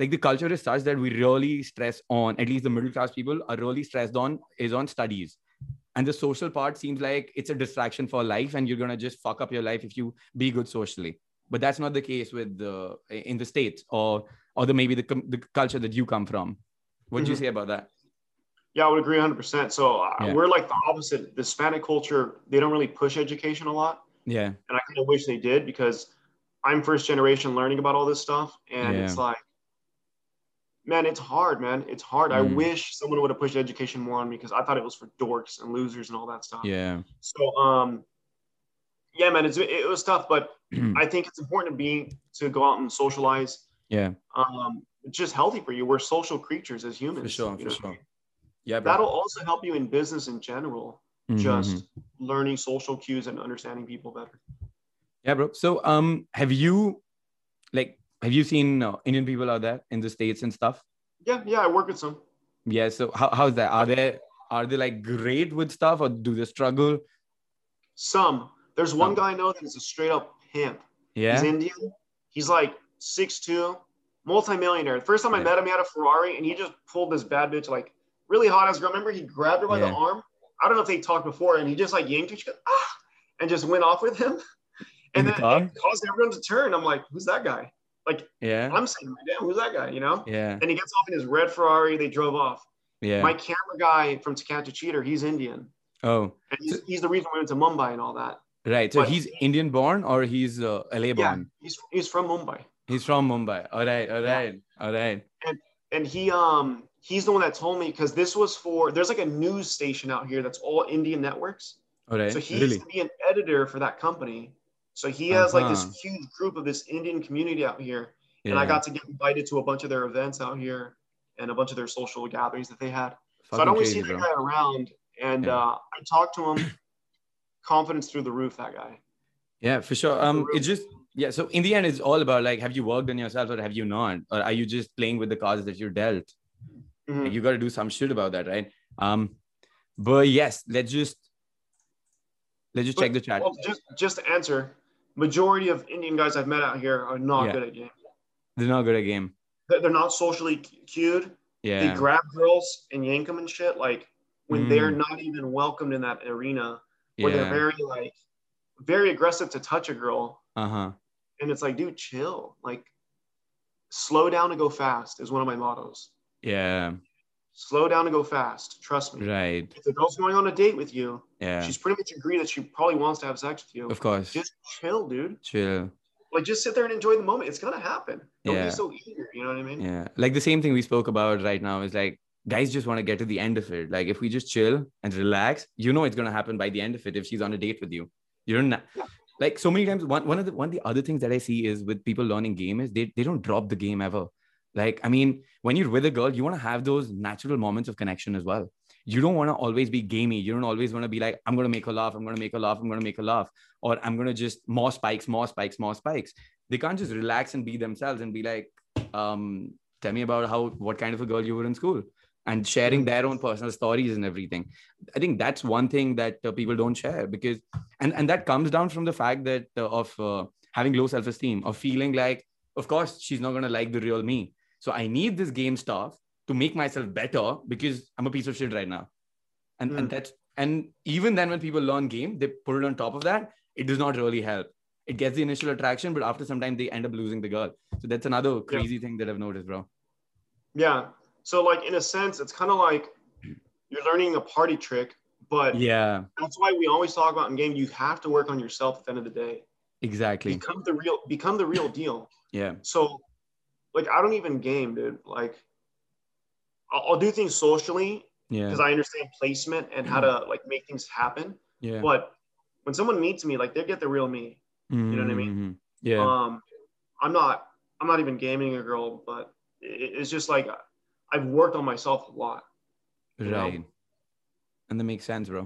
A: like the culture is such that we really stress on at least the middle class people are really stressed on is on studies and the social part seems like it's a distraction for life and you're going to just fuck up your life if you be good socially but that's not the case with the in the states or or the maybe the, com- the culture that you come from what do you
B: Mhm.
A: say about that
B: Yeah, I would agree 100%. So uh,
A: Yeah.
B: we're like the opposite. The Hispanic culture, they don't really push education a lot.
A: yeah
B: And I kind of wish they did because I'm first generation learning about all this stuff. And it's like, man, it's hard, man. It's hard. I
A: Mm.
B: wish someone would have pushed education more on me because I thought it was for dorks and losers and all that stuff.
A: yeah
B: So, um, yeah, man, it's, it was tough,
A: (clears throat)
B: but I think it's important to be to go out and socialize.
A: yeah
B: Um, it's just healthy for you. We're social creatures as humans.
A: For sure,
B: you
A: for
B: know?
A: sure. Yeah, bro.
B: That'll also help you in business in general
A: Mhm,
B: just
A: mhm.
B: learning social cues and understanding people better.
A: yeah, bro. So, um, have you like have you seen uh, Indian people out there in the states and stuff?
B: Yeah, yeah, I work with some.
A: Yeah. So, how, how's that? Are they are they like great with stuff or do they struggle?
B: Some. There's one
A: Some.
B: guy I know that is a straight up pimp. He's
A: Yeah.
B: Indian. He's like 6'2, multimillionaire. The first time I
A: Yeah.
B: met him, he had a Ferrari and he just pulled this bad bitch like really hot ass girl. Remember he grabbed her by the
A: Yeah.
B: arm? I don't know if they talked before and he just like yanked her. She goes, ah, and just went off with him.
A: (laughs) In
B: And
A: the
B: then
A: car.
B: caused everyone to turn. I'm like, who's that guy?
A: Yeah.
B: I'm saying, damn, who's that guy? You know?
A: Yeah.
B: And he gets off in his red Ferrari. They drove off.
A: Yeah.
B: My camera guy from Takata Cheater, he's Indian.
A: oh,
B: And he's, he's the reason we went to Mumbai and all that.
A: right. So
B: But-
A: he's Indian born or he's uh, LA
B: Yeah.
A: born?
B: He's, he's from Mumbai.
A: He's from Mumbai. All right. All
B: Yeah.
A: right. All right.
B: And he um he's the one that told me because this was for there's like a news station out here that's all Indian networks.
A: All right.
B: So he
A: really.
B: used to be an editor for that company. So he has like
A: Uh-huh.
B: this huge group of this Indian community out here.
A: Yeah.
B: And I got to get invited to a bunch of their events out here and a bunch of their social gatherings that they had. so I'd
A: Fucking
B: always
A: crazy,
B: see that
A: bro.
B: guy around and
A: Yeah.
B: uh, I talked to him, confidence through the roof, that guy.
A: Yeah, for sure. Um,
B: room.
A: it's just yeah. So in the end, it's all about like, have you worked on yourself or have you not, or are you just playing with the cards that you're dealt?
B: Mhm.
A: Like, you got to do some shit about that, right? Um, but yes, let's just let's just check the chat.
B: Well, just just to answer, majority of Indian guys I've met out here are not
A: Yeah.
B: good at game.
A: They're not good at game.
B: They're, they're not socially cu- cued. They
A: Yeah,
B: grab girls and yank them and shit. Like when
A: Mm.
B: they're not even welcomed in that arena, where they're
A: yeah.
B: very like very aggressive to touch a girl,
A: Uh huh.
B: and it's like, dude, chill. Like slow down and go fast is one of my mottos.
A: Yeah.
B: Slow down and go fast. Trust me.
A: Right.
B: If the girl's going on a date with you,
A: Yeah.
B: she's pretty much agreed that she probably wants to have sex with you.
A: Of course.
B: Just chill, dude.
A: Chill.
B: like just sit there and enjoy the moment. It's gonna happen. Don't
A: Yeah.
B: be so eager. You know what I mean?
A: Yeah. Like the same thing we spoke about right now is like guys just want to get to the end of it. Like if we just chill and relax, you know it's gonna happen by the end of it if she's on a date with you. You're not like so many times one, one of the one of the other things that I see is with people learning game is they they don't drop the game ever. Like, I mean, when you're with a girl, you want to have those natural moments of connection as well. You don't want to always be gamey. You don't always want to be like, I'm going to make her laugh. I'm going to make her laugh. I'm going to make her laugh. Or I'm going to just more spikes, more spikes, more spikes. They can't just relax and be themselves and be like, um, tell me about how what kind of a girl you were in school and sharing their own personal stories and everything i think that's one thing that uh, people don't share because and and that comes down from the fact that uh, of uh, having low self esteem of feeling like of course she's not going to like the real me so i need this game stuff to make myself better because i'm a piece of shit right now and
B: Mm.
A: and that's and even then when people learn game they put it on top of that it does not really help it gets the initial attraction but after some time they end up losing the girl so that's another crazy thing that i've noticed bro
B: Yeah. So like in a sense, it's kind of like you're learning a party trick, but
A: yeah
B: that's why we always talk about in game. You have to work on yourself at the end of the day.
A: exactly
B: Become the real. Become the real deal.
A: yeah
B: So, like I don't even game, dude. Like I'll, I'll do things socially
A: yeah
B: because I understand placement and how to like make things happen.
A: yeah
B: But when someone meets me, like they get the real me. know what I mean?
A: Mhm. yeah
B: Um, I'm not. I'm not even gaming a girl, but it, it's just like I've worked on myself a lot. you know?
A: Right. And that makes sense, bro.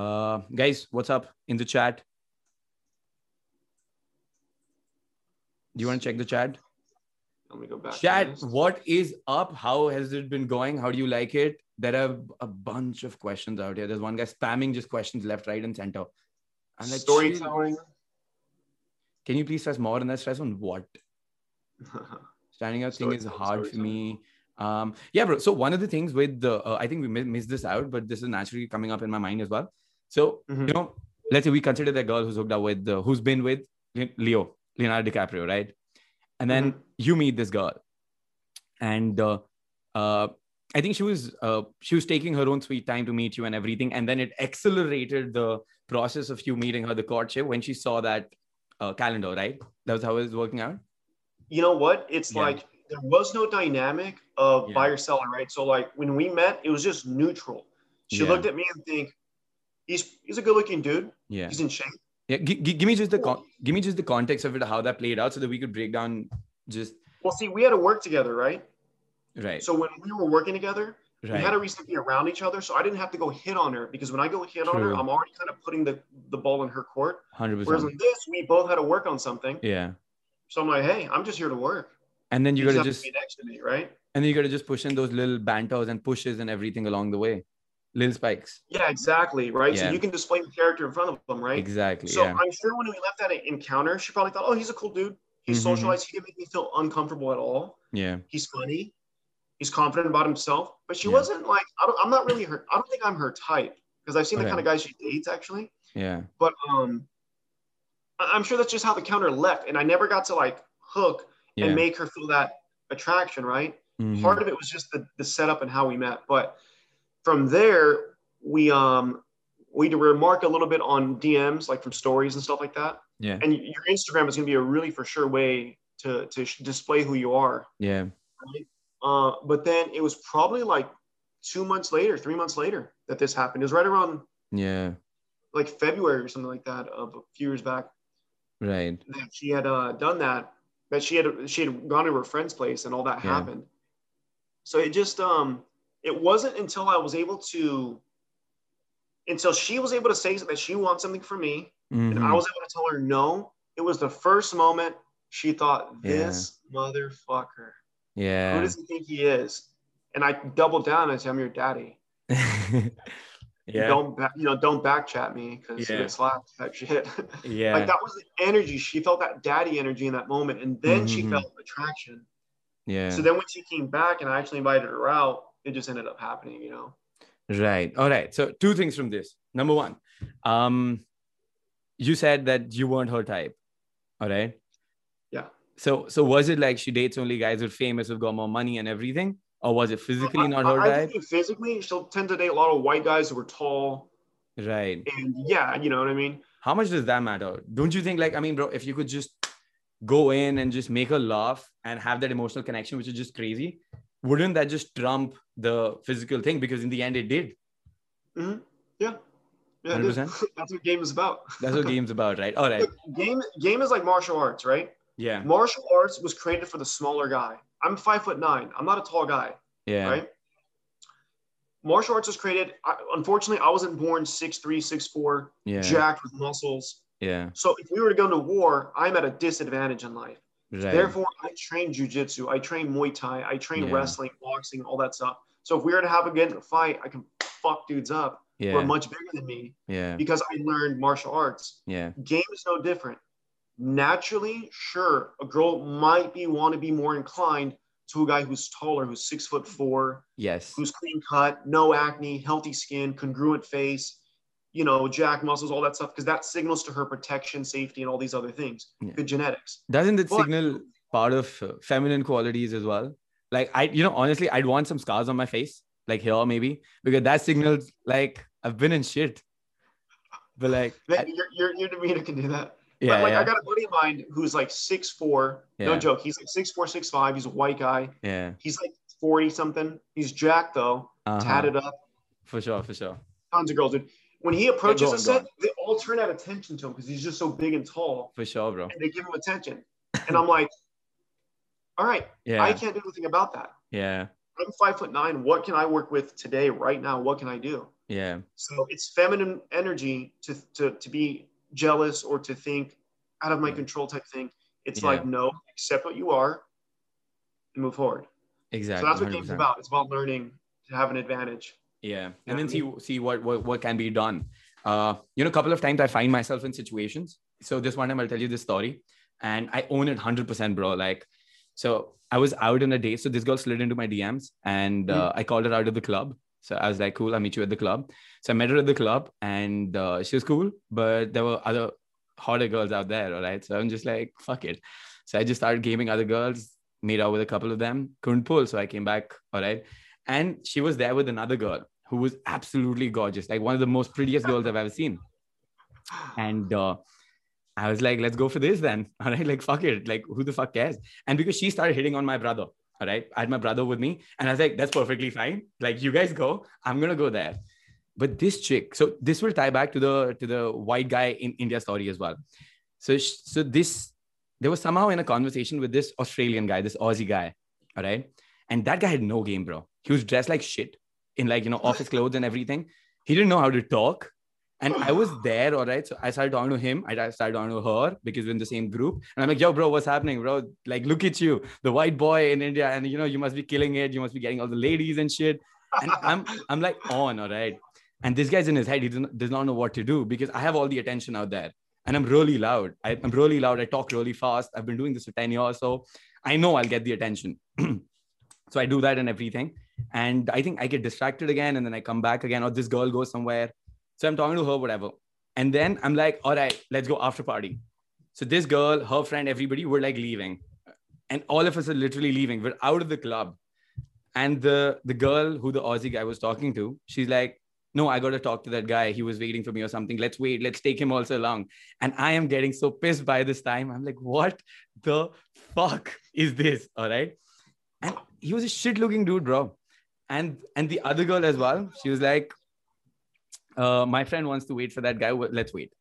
A: Uh guys, what's up in the chat? Do you want to check the chat?
B: Let me go back. to
A: Chat,
B: this.
A: what is up? How has it been going? How do you like it? There are a bunch of questions out here. There's one guy spamming just questions left, right, and center. I'm like, "Chill. (laughs)
B: storytelling. (laughs)
A: can you please stress more and that stress on what? standing up thing is
B: Storytelling,
A: hard for
B: storytelling.
A: me um yeah bro so one of the things with the uh, i think we mi- missed this out but this is naturally coming up in my mind as well so
B: Mhm.
A: you know let's say we consider that girl who's hooked up with uh, who's been with Le- leo leonardo dicaprio right and then
B: Mhm.
A: you meet this girl and uh, uh i think she was uh, she was taking her own sweet time to meet you and everything and then it accelerated the process of you meeting her the courtship when she saw that uh, calendar right that was how it was working out
B: you know what? It's
A: Yeah.
B: like there was no dynamic of
A: Yeah.
B: buyer seller, right? So like when we met, it was just neutral. She
A: Yeah.
B: looked at me and think, he's he's a good looking dude.
A: yeah
B: He's in shape.
A: Yeah, g- g- give me just the con- give me just the context of it, how that played out, so that we could break down just
B: Well, see, we had to work together, right?
A: right,
B: So when we were working together, we had
A: right,
B: a reason to be around each other. So I didn't have to go hit on her because when I go hit on her,
A: True.
B: I'm already kind of putting the, the ball in her court.
A: hundred
B: Whereas
A: percent,
B: in this, we both had to work on something.
A: yeah.
B: So I'm like, hey, I'm just here to work.
A: And then you
B: just
A: gotta
B: have
A: just
B: to be next to me, right?
A: and then you gotta just push in those little banters and pushes and everything along the way, little spikes.
B: Yeah, exactly. Right.
A: Yeah.
B: So you can display the character in front of them, right?
A: Exactly.
B: So
A: yeah.
B: I'm sure when we left that encounter, she probably thought, oh, he's a cool dude. He's
A: Mhm.
B: socialized. He didn't make me feel uncomfortable at all.
A: yeah.
B: He's funny. He's confident about himself. But she
A: Yeah.
B: wasn't like, I don't, I'm not really her. I don't think I'm her type because I've seen
A: Okay.
B: the kind of guy she dates actually.
A: Yeah.
B: But um, I- I'm sure that's just how the counter left. And I never got to like hook
A: Yeah.
B: and make her feel that attraction, right?
A: Mhm.
B: part of it was just the, the setup and how we met but from there we um we to remark a little bit on dms like from stories and stuff like that
A: Yeah.
B: and your instagram is going to be a really for sure way to to sh- display who you are
A: Yeah.
B: uh, but then it was probably like two months later three months later that this happened it was right around
A: Yeah.
B: like february or something like that of a few years back
A: Right.
B: that she had uh, done that that she had she had gone to her friend's place and all that
A: Yeah.
B: happened so it just um it wasn't until i was able to until she was able to say that she wants something from me and i
A: Mhm.
B: was able to tell her no it was the first moment she thought this motherfucker (laughs)
A: Mm-hmm.
B: who
A: Yeah.
B: does he think he is and i doubled down and said i'm your daddy
A: (laughs) yeah.
B: don't back, you know don't back chat me because
A: Yeah.
B: you get slapped type shit (laughs)
A: yeah.
B: Like that was the energy. She felt that daddy energy in that moment. And then she
A: Mhm.
B: felt attraction.
A: yeah.
B: So then when she came back and I actually invited her out, it just ended up happening, you know?
A: Right. All right. So two things from this. Number one, um, you said that you weren't her type. All right.
B: Yeah.
A: So so was it like she dates only guys who are famous who've got more money and everything, or was it physically not her
B: I, I
A: type?
B: think physically, she'll tend to date a lot of white guys who are tall.
A: Right.
B: And yeah, you know what I mean?
A: How much does that matter? Don't you think? Like, I mean, bro, if you could just go in and just make her laugh and have that emotional connection, which is just crazy, wouldn't that just trump the physical thing? Because in the end, it did.
B: Yeah, it is.
A: 100%.
B: (laughs) That's what game is about.
A: That's
B: (laughs)
A: what game's about, right? All right.
B: Look, game game is like martial arts, right?
A: Yeah.
B: Martial arts was created for the smaller guy. I'm five foot nine. I'm not a tall guy.
A: Yeah.
B: right? Martial arts was created. I, unfortunately, I wasn't born six three, six four,
A: Yeah.
B: jacked with muscles.
A: Yeah.
B: So if we were to go to war, I'm at a disadvantage in life.
A: Right.
B: Therefore, I train jujitsu, I train Muay Thai, I train
A: Yeah.
B: wrestling, boxing, all that stuff. So if we were to have again a fight, I can fuck dudes up who are
A: yeah,
B: much bigger than me
A: yeah,
B: because I learned martial arts.
A: yeah,
B: Game is no different. Naturally, sure, a girl might be want to be more inclined to a guy who's taller, who's six foot four,
A: yes,
B: who's clean cut, no acne, healthy skin, congruent face, you know, jack muscles, all that stuff, because that signals to her protection, safety, and all these other things.
A: Yeah.
B: Good genetics.
A: doesn't it
B: But-
A: signal part of uh, feminine qualities as well like i you know honestly i'd want some scars on my face like here maybe because that signals like i've been in shit but like I-
B: Then you're, you're, you're demeanor can do that.
A: yeah
B: but like,
A: yeah,
B: I got a buddy of mine who's like six four.
A: Yeah.
B: No joke. He's like six four, six five. He's a white guy.
A: yeah.
B: He's like forty something. He's jacked though,
A: Uh-huh.
B: tatted up.
A: for sure for sure
B: Tons of girls, dude. When he approaches
A: go on,
B: a
A: go
B: set,
A: on.
B: they all turn out attention to him because he's just so big and tall,
A: for sure bro
B: and they give him attention. And I'm like, all right, I
A: yeah
B: can't do anything about that.
A: yeah
B: I'm five foot nine. What can I work with today, right now? What can I do?
A: yeah
B: So it's feminine energy to to, to be jealous or to think out of my
A: Yeah.
B: control type thing. It's
A: Yeah.
B: like no, accept what you are and move forward.
A: exactly
B: so that's what games
A: 100%.
B: about. It's about learning to have an advantage.
A: yeah and
B: Yeah,
A: then
B: I
A: see see what, what what can be done uh you know a couple of times i find myself in situations so this one time i'll tell you this story and i own it 100% bro like so i was out on a date so this girl slid into my dms and uh, i called her out of the club so i was like cool i'll meet you at the club so i met her at the club and uh, she was cool but there were other hotter girls out there all right so i'm just like fuck it so i just started gaming other girls made out with a couple of them couldn't pull so i came back all right and she was there with another girl who was absolutely gorgeous like one of the most prettiest girls i've ever seen and uh, i was like let's go for this then (laughs) all right like fuck it like who the fuck cares and because she started hitting on my brother all right i had my brother with me and i was like that's perfectly fine like you guys go i'm gonna go there but this chick so this will tie back to the to the white guy in india story as well so sh- so this they were somehow in a conversation with this australian guy this aussie guy all right and that guy had no game bro he was dressed like shit in like you know office clothes and everything he didn't know how to talk and I was there, all right. So I started talking to him. I started talking to her because we're in the same group. And I'm like, yo, bro, what's happening, bro? Like, look at you, the white boy in India. And you know, you must be killing it. You must be getting all the ladies and shit. And I'm I'm like on, all right. And this guy's in his head. He doesn't, does not know what to do because I have all the attention out there. And I'm really loud. I, I'm really loud. I talk really fast. I've been doing this for 10 years. So I know I'll get the attention. (clears throat) so I do that and everything. And I think I get distracted again. And then I come back again, or this girl goes somewhere. So I'm talking to her, whatever. And then I'm like, all right, let's go after party. So this girl, her friend, everybody, we're like leaving. And all of us are literally leaving. We're out of the club. And the the girl who the Aussie guy was talking to, she's like, No, I gotta talk to that guy. He was waiting for me or something. Let's wait, let's take him also along. And I am getting so pissed by this time. I'm like, what the fuck is this? All right. And he was a shit-looking dude, bro. And and the other girl as well, she was like, uh, my friend wants to wait for that guy. Well, Let's wait.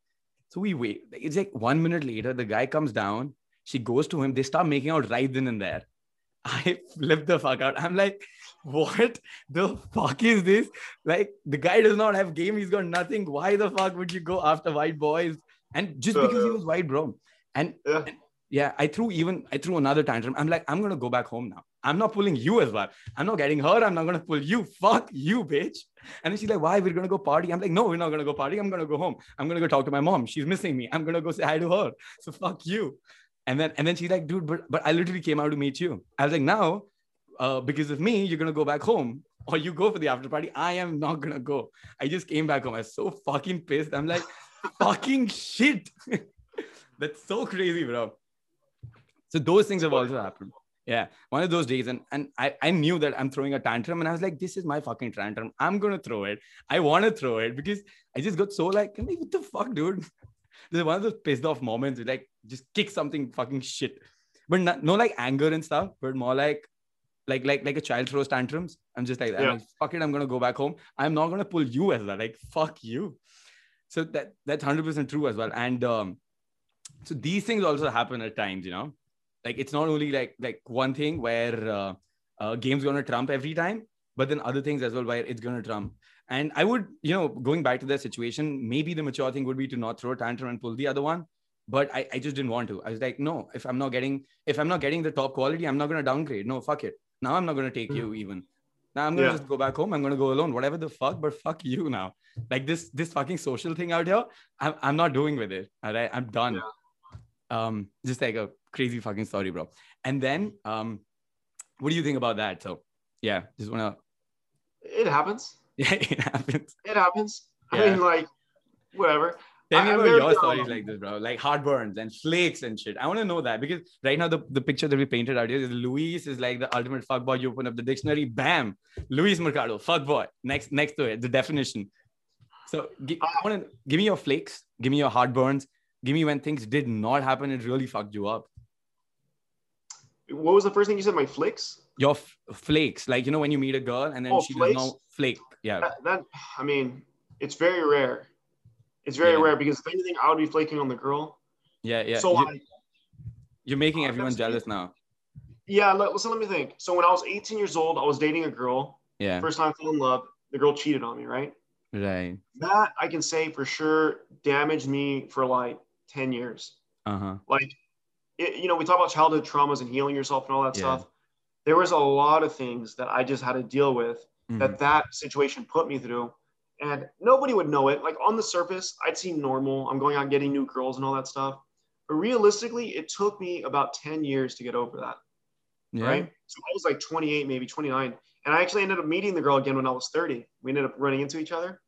A: So we wait. It's like one minute later, the guy comes down. She goes to him. They start making out right then and there. (laughs) I flip the fuck out. I'm like, what the fuck is this? Like, the guy does not have game. He's got nothing. Why the fuck would you go after white boys? And just
B: So-
A: because he was white, bro. And
B: Yeah.
A: yeah, I threw even I threw another tantrum. I'm like, I'm gonna go back home now. I'm not pulling you as well. I'm not getting her. I'm not gonna pull you. Fuck you, bitch. And then she's like, Why? We're gonna go party. I'm like, No, we're not gonna go party. I'm gonna go home. I'm gonna go talk to my mom. She's missing me. I'm gonna go say hi to her. So fuck you. And then and then she's like, dude, but but I literally came out to meet you. I was like, now, uh, because of me, you're gonna go back home. Or you go for the after party. I am not gonna go. I just came back home. I was so fucking pissed. I'm like, fucking shit. (laughs) That's so crazy, bro. So those things have also happened. Yeah, one of those days, and and I, I knew that I'm throwing a tantrum, and I was like, this is my fucking tantrum. I'm gonna throw it. I want to throw it because I just got so like, I'm like, what the fuck, dude? this is one of those pissed off moments. where, Like, just kick something fucking shit, but not, no like anger and stuff, but more like, like like like a child throws tantrums. I'm just like, that. I'm
B: Yeah.
A: like, fuck it, I'm gonna go back home. I'm not gonna pull you as well. Like, fuck you. So that that's hundred percent true as well. And um, so these things also happen at times, you know. Like it's not only like like one thing where uh, uh, games gonna trump every time, but then other things as well where it's gonna trump. And I would, you know, going back to that situation, maybe the mature thing would be to not throw a tantrum and pull the other one. but I, I just didn't want to. I was like, no, if I'm not getting if I'm not getting the top quality, I'm not gonna downgrade. No, fuck it. Now I'm not gonna take you even. Now I'm gonna
B: Yeah.
A: just go back home. I'm gonna go alone. Whatever the fuck, but fuck you now. Like this this fucking social thing out here, I'm I'm not doing with it. All right, I'm done. Um, just like a crazy fucking story, bro. And then um, what do you think about that? So yeah, just wanna
B: It happens.
A: (laughs) yeah, it happens.
B: It happens. I
A: Yeah.
B: mean, like, whatever.
A: Tell
B: I-
A: me
B: I'm
A: about
B: very
A: your
B: proud
A: stories
B: of
A: like this, bro. Like heartburns and flakes and shit. I want to know that because right now the, the picture that we painted out here is Luis is like the ultimate fuckboy. You open up the dictionary, bam, Luis Mercado, fuckboy. Next next to it, the definition. So gi-
B: Ah.
A: I want to give me your flakes, give me your heartburns, give me when things did not happen. It really fucked you up.
B: What was the first thing you said? My flicks?
A: Your f- flakes, like you know when you meet a girl and then
B: Oh,
A: she
B: flakes?
A: does not flake. Yeah,
B: That, that, I mean, it's very rare. It's very
A: Yeah.
B: rare because if anything, I would be flaking on the girl.
A: yeah, yeah.
B: so
A: you,
B: I,
A: you're making
B: Oh,
A: everyone
B: that's
A: jealous now.
B: yeah, let, so let me think. So when I was 18 years old, I was dating a girl.
A: Yeah,
B: First time I fell in love. The girl cheated on me, right?
A: right.
B: That I can say for sure damaged me for like 10 years.
A: Uh huh.
B: it, you know, we talk about childhood traumas and healing yourself and all that
A: Yeah.
B: stuff. There was a lot of things that I just had to deal with
A: Mm-hmm.
B: that that situation put me through, and nobody would know it. Like on the surface, I'd seem normal. I'm going out getting new girls and all that stuff, but realistically, it took me about 10 years to get over that.
A: Yeah.
B: Right? So I was like 28, maybe 29, and I actually ended up meeting the girl again when I was 30. We ended up running into each other.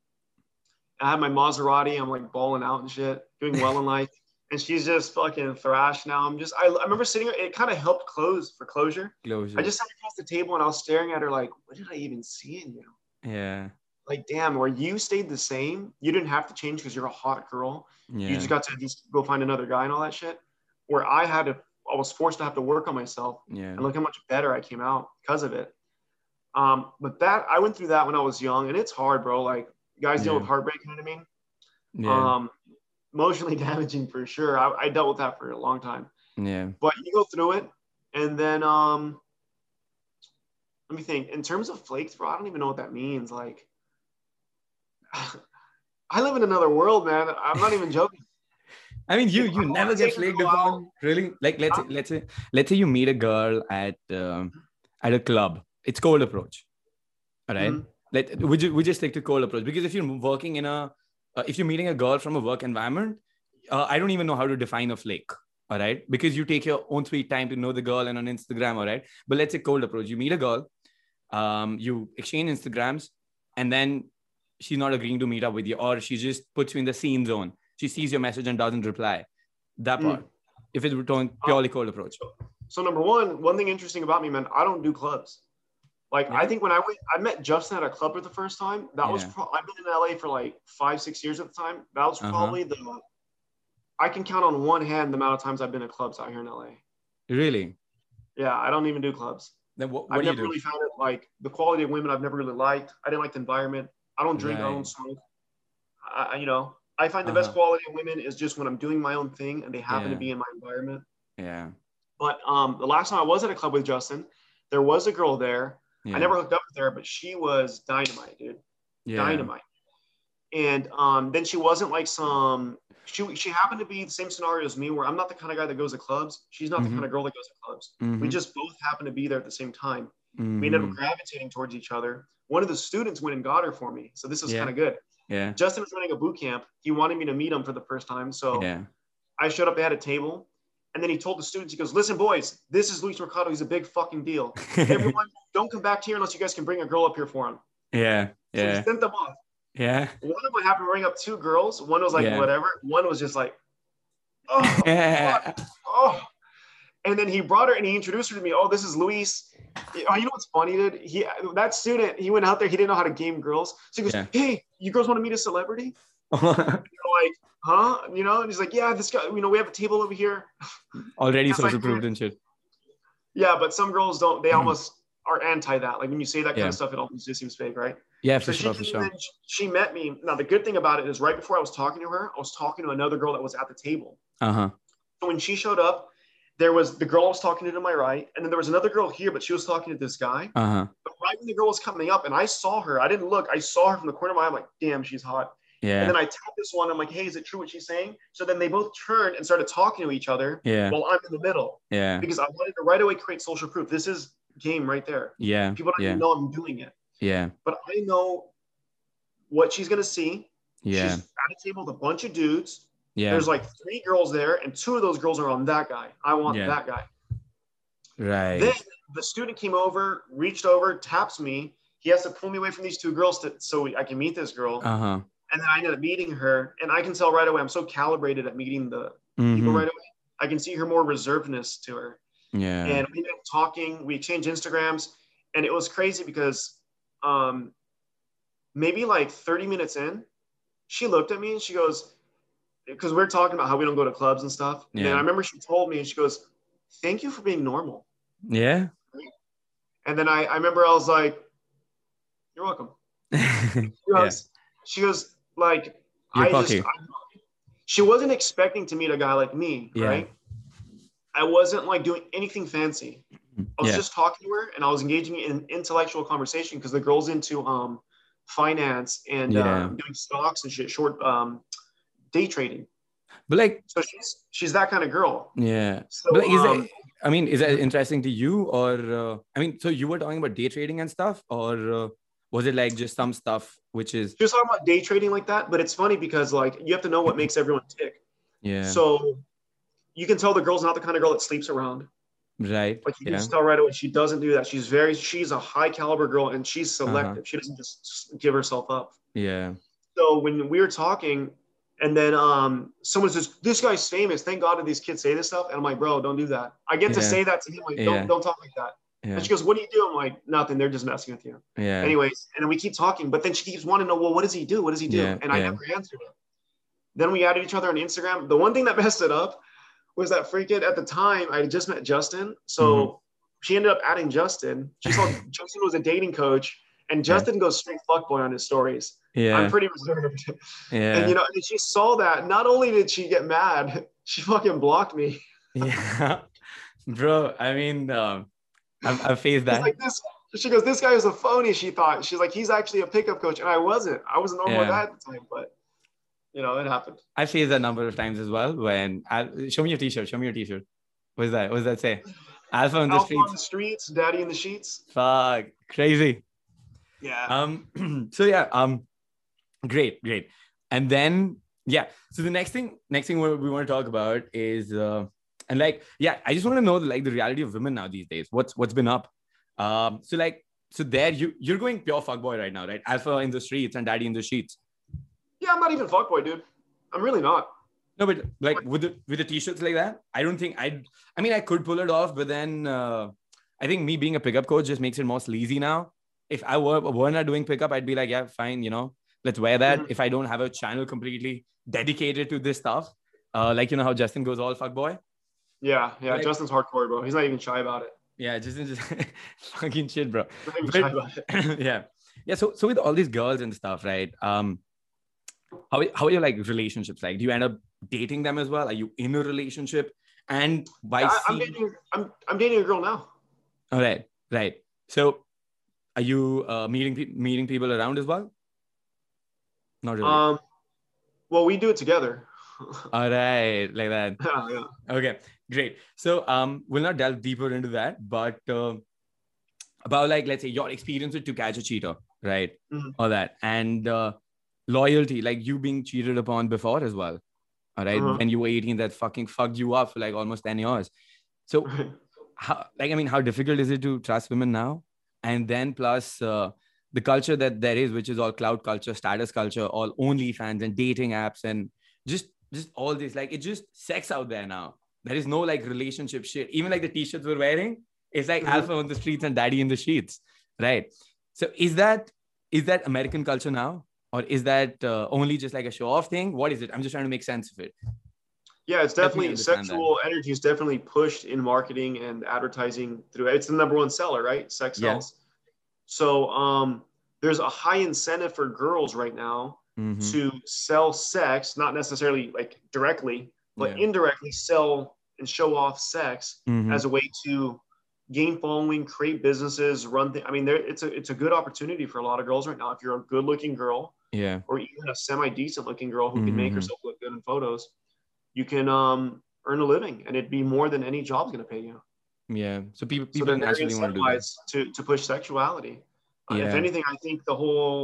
B: I had my Maserati. I'm like balling out and shit, doing well in life. And she's just fucking thrashed now. I'm just, I, I remember sitting here, it kind of helped close for closure.
A: Closure.
B: I just sat across the table and I was staring at her like, what did I even see in you?
A: yeah.
B: Like, damn, where you stayed the same. You didn't have to change because you're a hot girl.
A: Yeah.
B: You just got to just go find another guy and all that shit. Where I had to, I was forced to have to work on myself
A: yeah.
B: and look how much better I came out because of it. Um, but that, I went through that when I was young and it's hard, bro. Like, guys deal
A: Yeah.
B: with heartbreak, you know what I mean?
A: Yeah.
B: um, emotionally (laughs) damaging for sure. I, I dealt with that for a long time,
A: yeah.
B: but you go through it, and then um, let me think. In terms of flakes, bro, I don't even know what that means. Like, (sighs) I live in another world, man. I'm not even joking.
A: I mean, you
B: if
A: you
B: I
A: never
B: wanna
A: get
B: take a
A: flaked
B: girl
A: upon, really. Like let's say,
B: Huh?
A: let's say let's say you meet a girl at um, at a club. It's cold approach, all (laughs) right?
B: Mhm.
A: Let we just, we just stick to cold approach because if you're working in a uh, if you're meeting a girl from a work environment, uh, I don't even know how to define a flake. All right, because you take your own sweet time to know the girl and on Instagram. All right, but let's say cold approach. You meet a girl, um, you exchange Instagrams, and then she's not agreeing to meet up with you, or she just puts you in the scene zone. She sees your message and doesn't reply. That
B: Mm.
A: part, if it's returned purely cold approach.
B: So number one, one thing interesting about me, man, I don't do clubs. Like
A: Yeah.
B: I think when I went, I met Justin at a club for the first time. That was
A: Yeah.
B: pro- I've been in LA for like five, six years at the time. That was
A: Uh-huh.
B: probably the I can count on one hand the amount of times I've been at clubs out here in LA.
A: Really?
B: Yeah, I don't even do clubs.
A: Then what, what
B: I've
A: do you
B: never
A: do?
B: really found it like the quality of women I've never really liked. I didn't like the environment. I don't drink. I
A: Right.
B: don't smoke. I, I- you know, I find the best
A: Uh-huh.
B: quality of women is just when I'm doing my own thing and they happen
A: Yeah.
B: to be in my environment.
A: yeah.
B: But um, the last time I was at a club with Justin, there was a girl there.
A: yeah.
B: I never hooked up with her, but she was dynamite, dude.
A: yeah.
B: Dynamite. And um, then she wasn't like some. She she happened to be the same scenario as me, where I'm not the kind of guy that goes to clubs. She's not
A: Mhm.
B: the kind of girl that goes to clubs. We
A: Mhm,
B: just both happened to be there at the same time. We ended up
A: mhm.
B: gravitating towards each other. One of the students went and got her for me, so this was
A: Yeah.
B: kind of good.
A: Yeah.
B: Justin was running a boot camp. He wanted me to meet him for the first time, so
A: Yeah.
B: I showed up. They had a table, and then he told the students, he goes, "Listen, boys, this is Luis Mercado. He's a big fucking
A: (laughs)
B: deal. Everyone, don't come back here unless you guys can bring a girl up here for him."
A: yeah.
B: So
A: Yeah.
B: he sent them off. (laughs)
A: Yeah.
B: One of them happened to bring up two girls. One was like
A: Yeah.
B: whatever. One was just like,
A: (laughs)
B: oh,
A: Yeah.
B: oh. And then he brought her and he introduced her to me. Oh, this is Luis. Oh, you know what's funny, dude? He that student, he went out there, he didn't know how to game girls. So he goes,
A: Yeah.
B: Hey, you girls want to meet a celebrity? They're like, huh? You know, and he's like, Yeah, this guy, you know, we have a table over here.
A: (laughs) Already
B: That's like-
A: social proved and shit.
B: Yeah, but some girls don't, they
A: Mhm.
B: almost are anti that. Like when you say that kind
A: Yeah.
B: of stuff, it almost just seems fake, right?
A: Yeah,
B: So
A: for
B: she,
A: sure,
B: came
A: for sure.
B: in, she met me. Now, the good thing about it is right before I was talking to her, I was talking to another girl that was at the table.
A: Uh huh.
B: So when she showed up, there was the girl I was talking to to my right, and then there was another girl here, but she was talking to this guy.
A: Uh huh.
B: But right when the girl was coming up, and I saw her, I didn't look, I saw her from the corner of my eye. I'm like, damn, she's hot.
A: Yeah.
B: And then I tell this one, I'm like, hey, is it true what she's saying? So then they both turned and started talking to each other
A: yeah.
B: while I'm in the middle
A: yeah.
B: because I wanted to right away create social proof. This is game right there.
A: Yeah.
B: People don't
A: Mm-hmm. Yeah.
B: even know I'm doing it,
A: Yeah.
B: but I know what she's gonna see.
A: Yeah.
B: She's at a table with a bunch of dudes.
A: Yeah.
B: There's like three girls there, and two of those girls are on that guy. I want
A: Yeah.
B: that guy.
A: Right.
B: Then the student came over, reached over, taps me. He has to pull me away from these two girls to, so I can meet this girl.
A: Uh huh.
B: and then I ended up meeting her, and I can tell right away. I'm so calibrated at meeting the people
A: hmm
B: right away. I can see her more reservedness to her,
A: Yeah.
B: and we ended up talking. We exchanged Instagrams, and it was crazy because um, maybe like 30 minutes in, she looked at me and she goes, "Because we're talking about how we don't go to clubs and stuff." And then
A: Yeah.
B: I remember she told me, and she goes, "Thank you for being normal."
A: yeah.
B: And then I, I remember I was like, "You're welcome." She
A: Yeah.
B: goes, she goes like,
A: You're
B: I just,
A: cocky.
B: I- she wasn't expecting to meet a guy like me,
A: Yeah.
B: right? I wasn't like doing anything fancy. I was
A: (laughs) yeah.
B: just talking to her and I was engaging in intellectual conversation because the girl's into um, finance and
A: Yeah.
B: um, doing stocks and shit, short um, day trading.
A: But like,
B: So she's she's that kind of girl.
A: yeah.
B: So
A: But like, is
B: um,
A: that, I mean, is that interesting to you, or uh, I mean, so you were talking about day trading and stuff, or uh, was it like just some stuff which is
B: she was talking about day trading like that, but it's funny because like you have to know what makes everyone tick.
A: yeah
B: So you can tell the girl's not the kind of girl that sleeps around.
A: right
B: Like you can
A: yeah
B: just tell right away she doesn't do that. She's very she's a high caliber girl and she's
A: Uh-huh.
B: selective. She doesn't just s- give herself up.
A: yeah
B: So when we were talking, and then um someone says, This guy's famous. Thank God that these kids say this stuff. And I'm like, bro, don't do that. I get to
A: Yeah.
B: say that to him, like, don't
A: Yeah.
B: don't talk like that.
A: yeah
B: And she goes, What do you do? I'm like, nothing, they're just messing with you.
A: yeah
B: Anyways, and then we keep talking, but then she keeps wanting to know, well, what does he do? What does he do?
A: Yeah,
B: and I
A: yeah.
B: never answered her. Then we added each other on Instagram. The one thing that (laughs) messed it up was that freaking at the time I had just met Justin. So
A: Mm-hmm.
B: she ended up adding Justin. She saw (laughs) Justin was a dating coach, and Justin goes straight fuckboy on his stories.
A: yeah
B: I'm pretty reserved. (laughs)
A: yeah
B: And you know, and she saw that. Not only did she get mad, (laughs) she fucking blocked me.
A: yeah (laughs) bro I mean um, I've, I've faced
B: She's
A: that
B: like this. She goes, This guy is a phony, she thought. She's like, he's actually a pickup coach. And I wasn't. I was a normal
A: Yeah.
B: guy at the time, but you know, it happened.
A: I faced that number of times as well when I, show me your t-shirt show me your t-shirt what's that what's that say alpha on the
B: Alpha on
A: streets
B: the streets, daddy in the sheets.
A: fuck crazy
B: Yeah.
A: um (clears throat) so yeah um great great and then yeah so the next thing next thing we, we want to talk about is uh and like yeah i just want to know like the reality of women now these days what's what's been up um so like so there you you're going pure fuckboy right now right alpha in the streets and daddy in the sheets
B: yeah, I'm not even fuckboy, dude. I'm really not.
A: no but like with the with the t-shirts like that i don't think i i mean i could pull it off but then uh i think me being a pickup coach just makes it more sleazy now if i were were not doing pickup i'd be like yeah fine you know let's wear that
B: Mhm.
A: if i don't have a channel completely dedicated to this stuff uh like you know how justin goes all fuck boy
B: Yeah, yeah.
A: Like-
B: Justin's hardcore, bro. He's not even shy about it.
A: yeah justin just (laughs) fucking shit bro (coughs)
B: He's not even
A: But-
B: shy about it.
A: yeah yeah so so with all these girls and stuff right um how, how are your like relationships like do you end up dating them as well are you in a relationship and by
B: I, am
A: seeing-
B: dating. I'm I'm dating a girl now.
A: All right, right. So, are you uh, meeting pe- meeting people around as well? Not really.
B: Um, well, we do it together. (laughs)
A: All right, like that.
B: yeah, yeah.
A: Okay, great. So, um, we'll not delve deeper into that, but um about like let's say your experience with to catch a cheater, right?
B: Mhm.
A: All that and uh, loyalty, like you being cheated upon before as well. All right?
B: Uh-huh.
A: when you were eighteen, that fucking fucked you up for like almost ten years. So, how like i mean how difficult is it to trust women now and then plus uh, the culture that there is which is all cloud culture status culture all only fans and dating apps and just just all this like it's just sex out there now there is no like relationship shit even like the t-shirts we're wearing it's like
B: Mhm.
A: alpha on the streets and daddy in the sheets right so is that is that american culture now or is that uh, only just like a show off thing what is it i'm just trying to make sense of it
B: yeah, it's
A: Definitely
B: definitely,
A: understand that.
B: sexual energy is definitely pushed in marketing and advertising through. It's the number one seller, right? Sex
A: Yeah.
B: sells. So um, there's a high incentive for girls right now
A: Mhm.
B: to sell sex, not necessarily like directly, but
A: Yeah.
B: indirectly sell and show off sex
A: Mhm.
B: as a way to gain following, create businesses, run things. I mean, there it's a it's a good opportunity for a lot of girls right now. If you're a good looking girl
A: yeah
B: or even a semi decent looking girl who can make
A: Mhm.
B: herself look good in photos, you can um, earn a living, and it'd be more than any job's going to pay you.
A: yeah so people
B: So
A: people
B: then they're
A: naturally want to do that
B: incentivized to to push sexuality. Uh,
A: Yeah.
B: if anything, I think the whole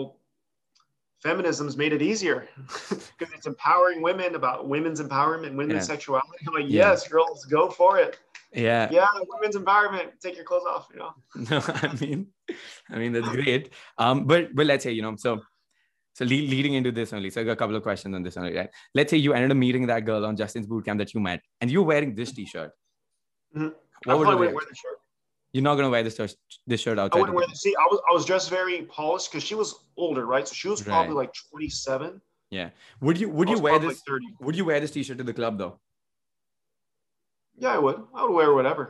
B: feminism's made it easier (laughs) because it's empowering women about women's empowerment, women's
A: Yeah.
B: sexuality. I'm like,
A: Yeah. Uh,
B: yes, girls, go for it.
A: yeah
B: Yeah, women's empowerment. Take your clothes off. You know.
A: (laughs) No, I mean, I mean that's great. Um, but but let's say you know so so le- leading into this only. So I got a couple of questions on this only. Right? Let's say you ended up meeting that girl on Justin's bootcamp that you met, and you're wearing this T-shirt.
B: Mhm. I
A: What would
B: Mm-hmm.
A: you
B: probably wouldn't
A: wear?
B: wear the shirt.
A: You're not gonna wear this shirt, this shirt
B: I
A: outside.
B: wouldn't
A: the
B: wear
A: game.
B: the see. I was I was dressed very polished because she was older, right? So she was probably like
A: Would
B: 27.
A: you would
B: I
A: you
B: was
A: wear
B: probably
A: this?
B: Like 30.
A: Would you wear this T-shirt to the club though?
B: Yeah, I would. I would wear whatever.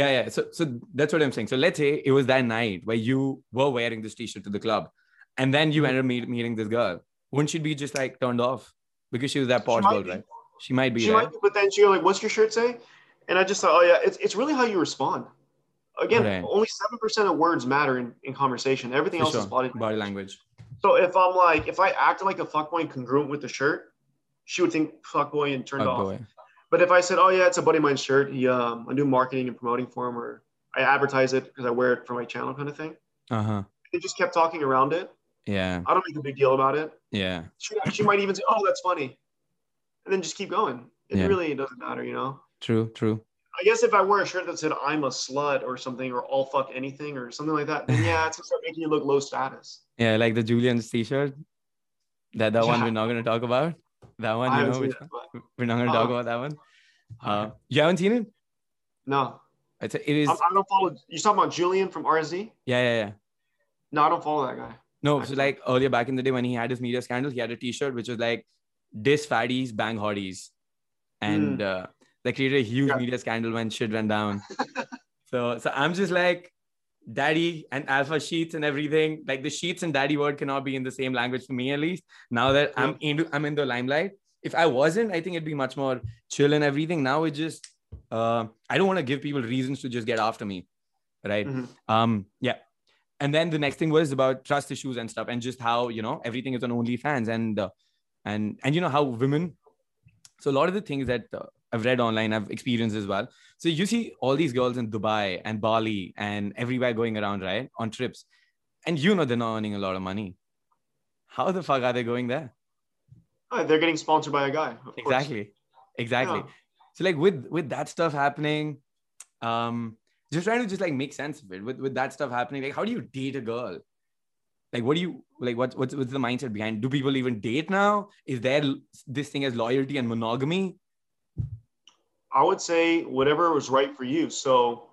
A: Yeah, yeah. So so that's what I'm saying. So let's say it was that night where you were wearing this T-shirt to the club, and then
B: Mm-hmm.
A: you ended up meet, meeting this girl. Wouldn't she be just like turned off because she was that
B: She
A: posh
B: might
A: girl,
B: be.
A: right? She might be.
B: She
A: right?
B: might be, but then she like, "What's your shirt say?" And I just thought, "Oh yeah, it's it's really how you respond." Again,
A: Right.
B: only seven percent of words matter in, in conversation. Everything
A: For
B: else is
A: sure.
B: body.
A: body language.
B: So if I'm like, if I acted like a fuckboy and congruent with the shirt, she would think fuckboy and turned
A: Fuck
B: off.
A: boy.
B: But if I said, "Oh yeah, it's a buddy of mine's shirt. He, um, I do marketing and promoting for him, or I advertise it because I wear it for my channel, kind of thing,"
A: Uh huh.
B: they just kept talking around it.
A: Yeah.
B: I don't make a big deal about it.
A: Yeah.
B: She, she might even say, "Oh, that's funny," and then just keep going. It
A: Yeah.
B: really doesn't matter, you know.
A: True. True.
B: I guess if I wear a shirt that said "I'm a slut" or something, or "I'll fuck anything" or something
A: (laughs)
B: like that, then yeah, it's gonna start making you look low status.
A: Yeah, like the Julian's T-shirt. That that one
B: Yeah.
A: we're not gonna talk about. That one,
B: I
A: you
B: haven't
A: know,
B: seen
A: which
B: it, but
A: one? we're not gonna talk
B: Uh-uh.
A: about that one. Uh, you haven't seen it?
B: no,
A: It's it is.
B: I'm, I don't follow. You talking about Julian from RZ?
A: Yeah, yeah, yeah.
B: No, I don't follow that guy.
A: No,
B: I
A: so
B: don't-
A: like earlier back in the day when he had his media scandal, he had a T-shirt which was like "Dis fatties, bang hotties," and uh, they created a huge
B: Yeah.
A: media scandal when shit went down. so, so I'm just like, "Daddy" and alpha sheets and everything. Like the sheets and daddy word cannot be in the same language for me at least. Now that I'm into, I'm in the limelight. If I wasn't, I think it'd be much more chill and everything. Now it just, uh, I don't want to give people reasons to just get after me, right?
B: Mhm.
A: Um, yeah. And then the next thing was about trust issues and stuff, and just how you know everything is on OnlyFans, and uh, and and you know how women. So a lot of the things that uh, I've read online, I've experienced as well. So you see all these girls in Dubai and Bali and everywhere going around, right, on trips, and you know they're not earning a lot of money. How the fuck are they going there?
B: Oh, they're getting sponsored by a guy. Of course.
A: Exactly, exactly.
B: Yeah.
A: So like with with that stuff happening, um, just trying to just like make sense of it. With with that stuff happening, like how do you date a girl? Like what do you like? What's what's what's the mindset behind? Do people even date now? Is there l- this thing as loyalty and monogamy?
B: I would say whatever was right for you. So,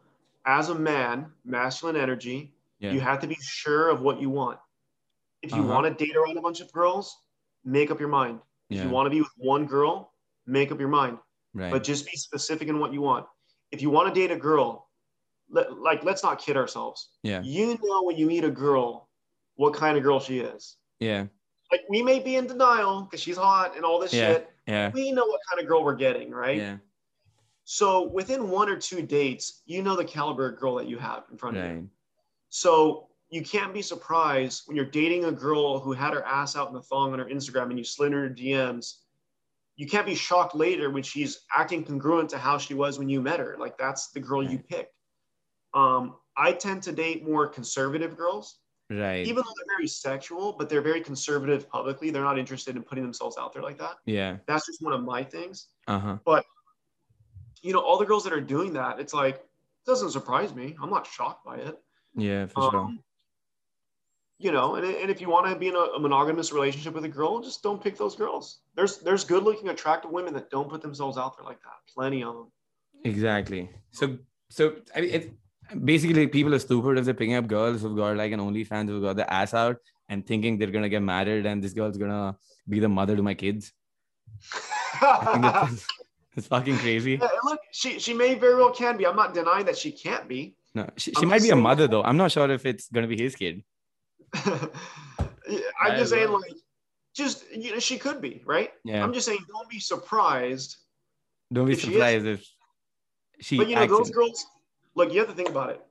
B: as a man, masculine energy,
A: Yeah.
B: you have to be sure of what you want. If you
A: Uh-huh.
B: want to date around a bunch of girls, make up your mind. If you want to be with one girl, make up your mind.
A: right.
B: But just be specific in what you want. If you want to date a girl, let, like let's not kid ourselves.
A: yeah,
B: You know when you meet a girl, what kind of girl she is.
A: yeah,
B: Like we may be in denial because she's hot and all this
A: Yeah.
B: shit.
A: yeah,
B: We know what kind of girl we're getting, right?
A: yeah,
B: So within one or two dates, you know the caliber of girl that you have in front of you.
A: right.
B: So you can't be surprised when you're dating a girl who had her ass out in the thong on her Instagram and you slid her DMs. You can't be shocked later when she's acting congruent to how she was when you met her. Like that's the girl you picked. Um, I tend to date more conservative girls,
A: Right.
B: even though they're very sexual, but they're very conservative publicly. They're not interested in putting themselves out there like that.
A: yeah.
B: That's just one of my things
A: Uh huh.
B: you know, all the girls that are doing that, it's like, it doesn't surprise me. I'm not shocked by it.
A: Yeah, for sure.
B: Um, you know, and, and if you want to be in a, a monogamous relationship with a girl, just don't pick those girls. There's there's good looking, attractive women that don't put themselves out there like that. Plenty of them.
A: Exactly. So, so I mean, it, basically, people are stupid if they're picking up girls who've got like an OnlyFans who've got their ass out and thinking they're gonna get married and this girl's gonna be the mother to my kids. (laughs) I think
B: (laughs) yeah,
A: that's, that's fucking crazy.
B: and look, she she may very well can be. I'm not denying that she can't be. (laughs)
A: No, she, she
B: I'm
A: might be a
B: just saying-
A: mother though. I'm not sure if it's gonna be his kid.
B: I'm
A: I
B: just saying,
A: will.
B: like, just you know, she could be, right?
A: Yeah,
B: I'm just saying, don't be surprised
A: don't be
B: if she is-
A: surprised if she.
B: But you know,
A: acts
B: those
A: in-
B: girls, Like you have to think about it.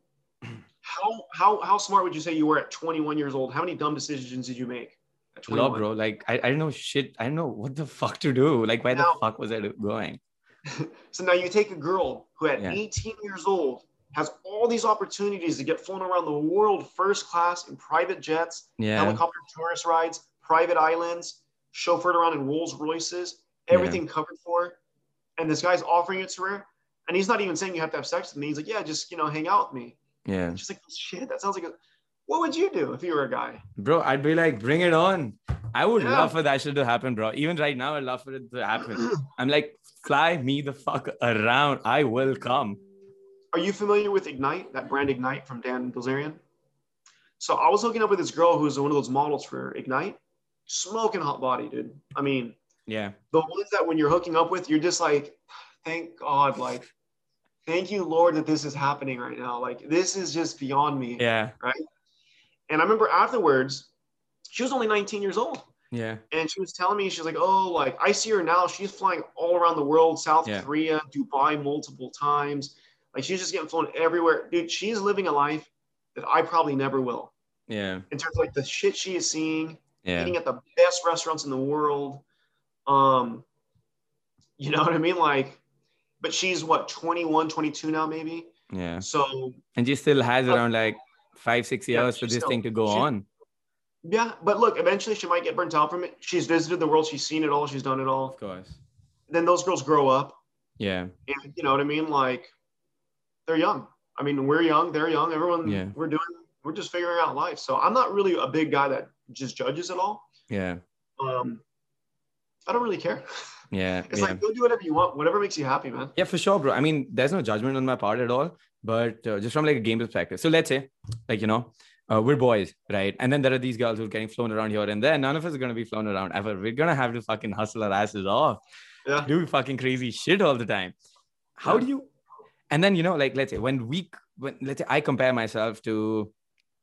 B: How how how smart would you say you were at 21 years old? How many dumb decisions did you make? At
A: Law, bro. Like I, I don't know shit. I don't know what the fuck to do. Like where
B: Now-
A: the fuck was I do- going?
B: So now you take a girl who at
A: Yeah.
B: 18 years old has all these opportunities to get flown around the world first class in private jets,
A: Yeah.
B: helicopter tourist rides, private islands, chauffeured around in Rolls Royces, everything covered for. her. And this guy's offering it to her. And he's not even saying you have to have sex with me. He's like, yeah, just, you know, hang out with me.
A: Yeah.
B: And she's like, shit, that sounds like a. What would you do if you were a guy?
A: Bro, I'd be like, bring it on. I would
B: Yeah.
A: love for that shit to happen, bro. Even right now, I'd love for it to
B: (clears throat)
A: happen. I'm like, fly me the fuck around. I will come.
B: Are you familiar with Ignite, that brand Ignite from Dan Bilzerian? So I was hooking up with this girl who's one of those models for Ignite. Smoking hot body, dude. I mean,
A: Yeah.
B: the ones that when you're hooking up with, you're just like, thank God, like, thank you, Lord, that this is happening right now. Like, this is just beyond me.
A: Yeah.
B: And I remember afterwards, she was only 19 years old.
A: Yeah.
B: And she was telling me, she's like, oh, like, I see her now. She's flying all around the world, South
A: Yeah.
B: Korea, Dubai multiple times. Like, she's just getting flown everywhere. Dude, she's living a life that I probably never will
A: Yeah.
B: in terms of like the shit she is seeing,
A: Yeah.
B: eating at the best restaurants in the world. Um, you know what I mean? Like, but she's what, 21, 22 now, maybe?
A: Yeah.
B: So,
A: And she still has around like five, six
B: Oh. Yeah,
A: years for
B: she's
A: this
B: still-
A: thing to go
B: she's-
A: on.
B: yeah, but look, eventually she might get burnt out from it. She's visited the world, she's seen it all, she's done it all.
A: Of course.
B: Then those girls grow up.
A: Yeah.
B: and you know what I mean? Like they're young. I mean, we're young, they're young. Everyone
A: Yeah.
B: we're doing, we're just figuring out life. So I'm not really a big guy that just judges at all.
A: Yeah.
B: Um, I don't really care.
A: Yeah.
B: It's
A: yeah.
B: like go do whatever you want, whatever makes you happy, man.
A: Yeah, for sure, bro. I mean, there's no judgment on my part at all, but uh, just from like a game perspective. So let's say, like you know, uh, we're boys, right? And then there are these girls who are getting flown around here and there. None of us are gonna be flown around ever. We're gonna have to fucking hustle our asses off,
B: Yeah.
A: do fucking crazy shit all the time. How
B: Yeah.
A: do you? And then you know, like let's say when we, when let's say I compare myself to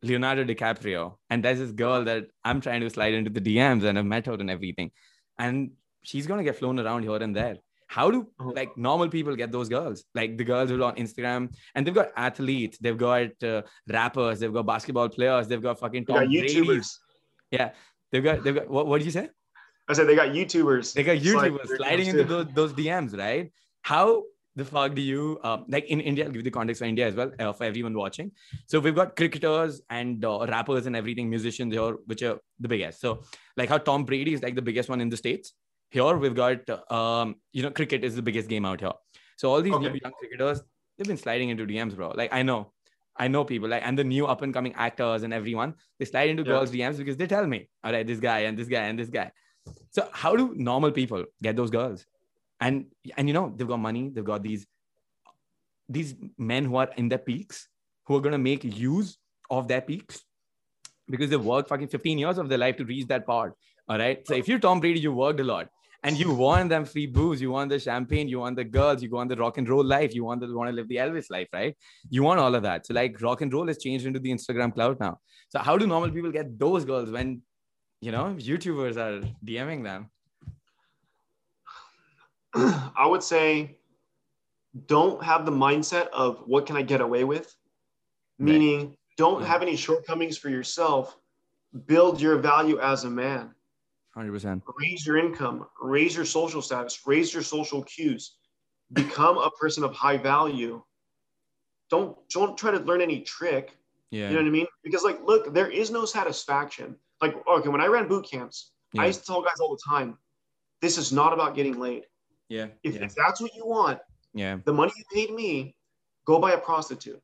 A: Leonardo DiCaprio, and there's this girl that I'm trying to slide into the DMs, and I've met her and everything, and she's gonna get flown around here and there how do
B: Mhm.
A: like normal people get those girls like the girls who are on instagram and they've got athletes they've got uh, rappers they've got basketball players they've got fucking
B: They
A: top
B: got
A: YouTubers.
B: YouTubers.
A: they've got they've got what, what did you say
B: I said they got YouTubers.
A: they got
B: Slide-
A: youtubers sliding into those, those dms right how the fuck do you um, like in india i'll give the context for india as well uh, for everyone watching so we've got cricketers and uh, rappers and everything musicians here which are the biggest so like how tom brady is like the biggest one in the states here we've got uh, um, you know cricket is the biggest game out here so all these
B: Okay.
A: new young cricketers they've been sliding into dms bro like i know i know people like and the new up and coming actors and everyone they slide into
B: Yeah.
A: girls dms because they tell me all right this guy and this guy and this guy so how do normal people get those girls and and you know they've got money they've got these these men who are in their peaks who are going to make use of their peaks because they've worked fucking 15 years of their life to reach that part all right so if you're tom brady you worked a lot and you want them free booze you want the champagne you want the girls you want the rock and roll life you want to want to live the elvis life right you want all of that so like rock and roll has changed into the instagram cloud now so how do normal people get those girls when you know youtubers are dming them
B: (clears throat) I would say don't have the mindset of what can I get away with?
A: Right.
B: Meaning, don't
A: Mhm.
B: have any shortcomings for yourself. Build your value as a man.
A: 100%
B: raise your income, raise your social status, raise your social cues, become a person of high value. Don't don't try to learn any trick.
A: yeah
B: You know what I mean? Because like, look, there is no satisfaction. Like, okay, when I ran boot camps,
A: yeah.
B: I used to tell guys all the time, this is not about getting laid.
A: yeah
B: If,
A: yeah
B: if that's what you want,
A: yeah
B: the money you paid me, go buy a prostitute.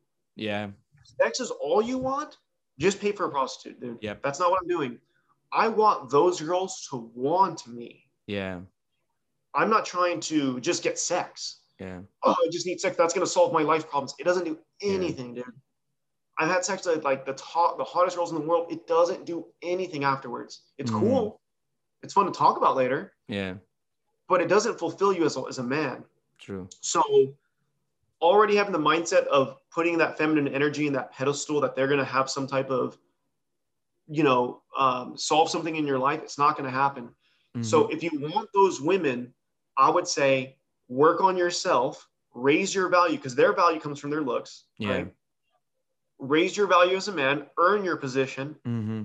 A: yeah
B: If sex is all you want, just pay for a prostitute, dude.
A: Yep.
B: That's not what I'm doing. I want those girls to want me.
A: yeah
B: I'm not trying to just get sex.
A: yeah
B: Oh, I just need sex. That's gonna solve my life problems. It doesn't do
A: Yeah.
B: anything, dude. I've had sex with like the top, the hottest girls in the world. It doesn't do anything afterwards. It's
A: Mhm.
B: cool. It's fun to talk about later,
A: yeah
B: but it doesn't fulfill you as a, as a man.
A: true
B: So, already having the mindset of putting that feminine energy in that pedestal that they're gonna have some type of, you know, um, solve something in your life. It's not gonna happen.
A: Mm-hmm.
B: So if you want those women, I would say work on yourself, raise your value because their value comes from their looks.
A: Yeah.
B: Right? Raise your value as a man, earn your position.
A: Mm-hmm.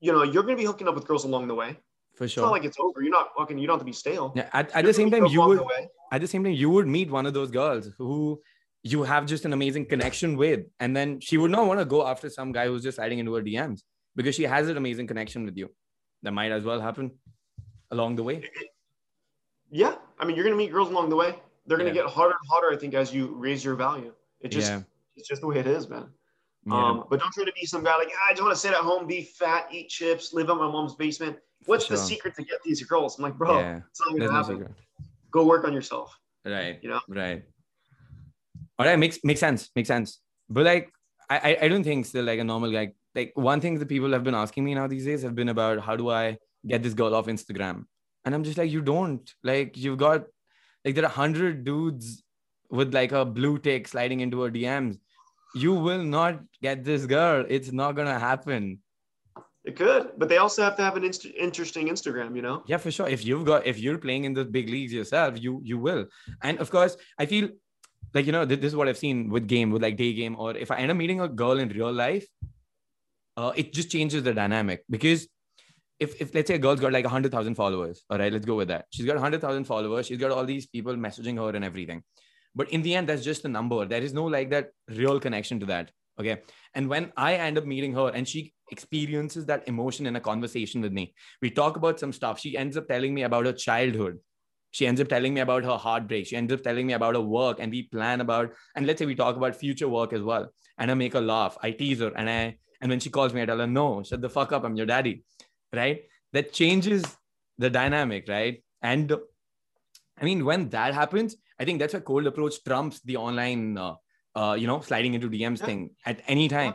B: You know, you're going to be hooking up with girls along the way.
A: For
B: It's not
A: sure.
B: like it's over. You're not fucking, you don't have to be stale.
A: yeah, at, at
B: You're
A: the
B: gonna
A: same
B: meet
A: time,
B: them
A: you
B: along
A: would
B: the way.
A: at the same time you would meet one of those girls who you have just an amazing connection with, and then she would not want to go after some guy who's just sliding into her DMs because she has an amazing connection with you. That might as well happen along the way.
B: Yeah. I mean, you're going to meet girls along the way. They're going to
A: Yeah.
B: get harder and harder, I think, as you raise your value. It just,
A: yeah.
B: it's just the way it is, man.
A: yeah.
B: Um, but don't try to be some guy like, "Ah, I just want to sit at home, be fat, eat chips, live on my mom's basement. What's the
A: sure.
B: secret to get these girls? I'm like, bro,
A: yeah.
B: it's not
A: There's
B: gonna
A: no
B: happen.
A: secret.
B: Go work on yourself.
A: Right.
B: You know?
A: Right. All right. Makes makes sense. Makes sense. But like, I I- I don't think still like a normal guy. Like one thing that people have been asking me now these days have been about how do I get this girl off Instagram, and I'm just like you don't. Like you've got like there are hundred dudes with like a blue tick sliding into her DMs. You will not get this girl. It's not gonna happen.
B: It could, but they also have to have an inst- interesting Instagram, you know?
A: yeah for sure if you've got if you're playing in the big leagues yourself you you will and of course i feel like you know th- this is what i've seen with game with like day game or if i end up meeting a girl in real life uh, it just changes the dynamic because if, if let's say a girl's got like 100000 followers all right let's go with that she's got 100000 followers she's got all these people messaging her and everything but in the end that's just a number there is no like that real connection to that okay and when i end up meeting her and she experiences that emotion in a conversation with me we talk about some stuff she ends up telling me about her childhood she ends up telling me about her heartbreak she ends up telling me about her work and we plan about and let's say we talk about future work as well and i make her laugh i tease her and i and when she calls me i tell her no shut the fuck up i'm your daddy right that changes the dynamic right and i mean when that happens i think that's a cold approach trumps the online uh, uh, you know sliding into dms
B: Yeah.
A: thing at any time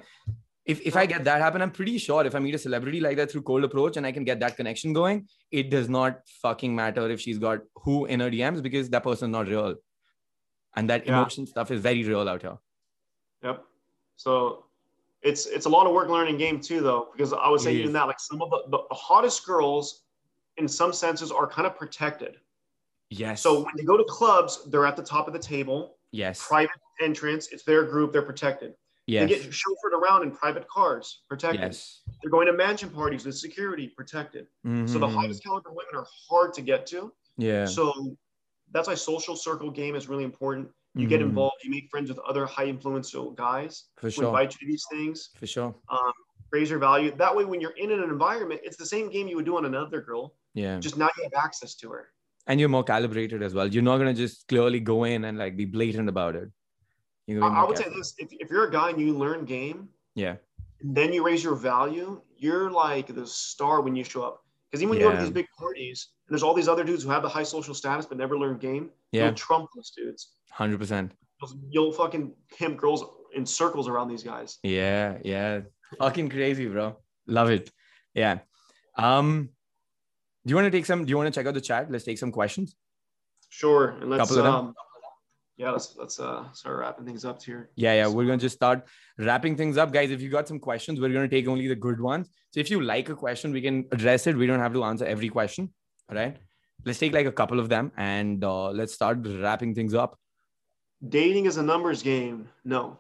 A: if, if I get that happen, I'm pretty sure if I meet a celebrity like that through cold approach and I can get that connection going, it does not fucking matter if she's got who in her DMs because that person's not real. And that
B: Yeah.
A: emotion stuff is very real out here.
B: Yep. So it's it's a lot of work learning game too, though, because I would say
A: It
B: even
A: is.
B: that, like some of the, the hottest girls in some senses are kind of protected.
A: Yes.
B: So when they go to clubs, they're at the top of the table,
A: yes.
B: private entrance, it's their group, they're protected.
A: Yes.
B: They get chauffeured around in private cars, protected.
A: yes.
B: They're going to mansion parties with security, protected. So the
A: Mhm.
B: highest caliber women are hard to get to.
A: yeah.
B: So that's why social circle game is really important. You get
A: Mhm.
B: involved, you make friends with other high influential guys
A: For
B: who
A: sure.
B: invite you to these things,
A: For sure.
B: raise your value. That way, when you're in an environment, it's the same game you would do on another girl,
A: Yeah.
B: just now you have access to her.
A: and you're more calibrated as well. You're not going to just clearly go in and like be blatant about it. You're
B: I,
A: gonna be
B: I
A: more
B: would say
A: careful.
B: this if, if you're a guy and you learn game,
A: Yeah.
B: and then you raise your value, you're like the star when you show up. Because even when you go
A: Yeah.
B: to these big parties and there's all these other dudes who have the high social status but never learn game,
A: Yeah.
B: you'll trump those dudes.
A: 100%.
B: You'll, you'll fucking pimp girls in circles around these guys.
A: Yeah, yeah. Fucking crazy, bro. Love it. Yeah. Um, do you want to take some? Do you want to check out the chat? Let's take some questions.
B: Sure. And let's
A: Couple of them.
B: um yeah, let's let's uh start wrapping things up here.
A: Yeah, yeah. We're gonna just start wrapping things up, guys. If you got some questions, we're gonna take only the good ones. So if you like a question, we can address it. We don't have to answer every question. All right. Let's take like a couple of them and uh, let's start wrapping things up.
B: Dating is a numbers game. No.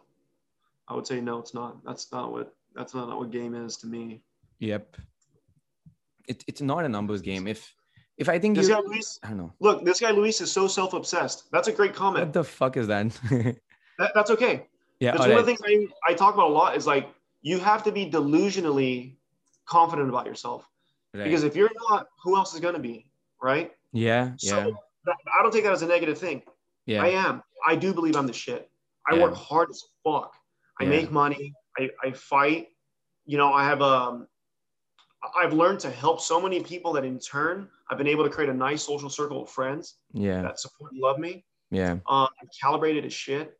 B: I would say no, it's not. That's not what that's not what game is to me.
A: Yep. It, it's not a numbers game. If if I think
B: This
A: you,
B: guy Luis,
A: I don't know
B: look, this guy Luis is so self-obsessed. That's a great
A: what
B: comment.
A: the fuck is that. (laughs)
B: That, that's okay.
A: yeah.
B: That's
A: all
B: one
A: right.
B: of the things I, I talk about a lot is like you have to be delusionally confident about yourself
A: right.
B: because if you're not, who else is going to be? Right.
A: yeah,
B: So
A: yeah,
B: that, I don't take that as a negative thing.
A: yeah.
B: I am. I do believe I'm the shit. I
A: Yeah.
B: work hard as fuck. I
A: Yeah.
B: make money. I, I fight. You know, I have um, I- I've learned to help so many people that in turn I've been able to create a nice social circle of friends
A: yeah.
B: that support and love me.
A: Yeah.
B: Um, I'm calibrated as shit.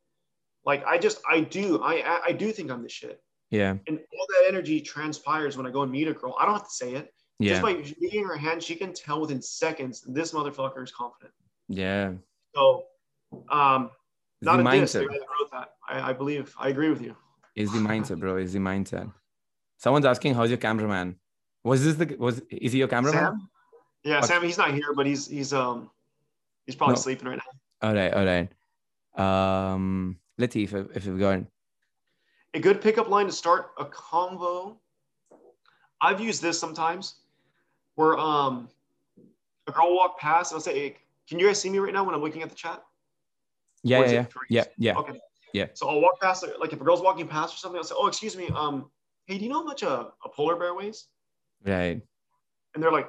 B: Like I just I do I I- I do think I'm the shit.
A: Yeah.
B: and all that energy transpires when I go and meet a girl. I don't have to say it.
A: Yeah.
B: Just by meeting her hand, she can tell within seconds this motherfucker is confident.
A: yeah.
B: So, um,
A: It's
B: not
A: the
B: a diss.
A: mindset.
B: The guy that wrote that, I, I believe, I agree with you.
A: It's
B: (laughs)
A: the mindset, bro. It's the mindset. Someone's asking, how's your cameraman? Was this the was is he your cameraman?
B: Sam? Yeah,
A: Fuck.
B: Sam. He's not here, but he's he's um he's probably
A: No.
B: sleeping right now.
A: All right, all right. Um, let's see if if we've got
B: A good pickup line to start a convo. I've used this sometimes, where um, a girl will walk past and I'll say, hey, "Can you guys see me right now when I'm looking at the chat?"
A: yeah
B: Or
A: yeah
B: is
A: yeah
B: it threes?
A: yeah yeah.
B: Okay.
A: Yeah.
B: So I'll walk past, like if a girl's walking past or something, I'll say, "Oh, excuse me. Um, hey, do you know how much a, a polar bear weighs?"
A: Right.
B: And they're like,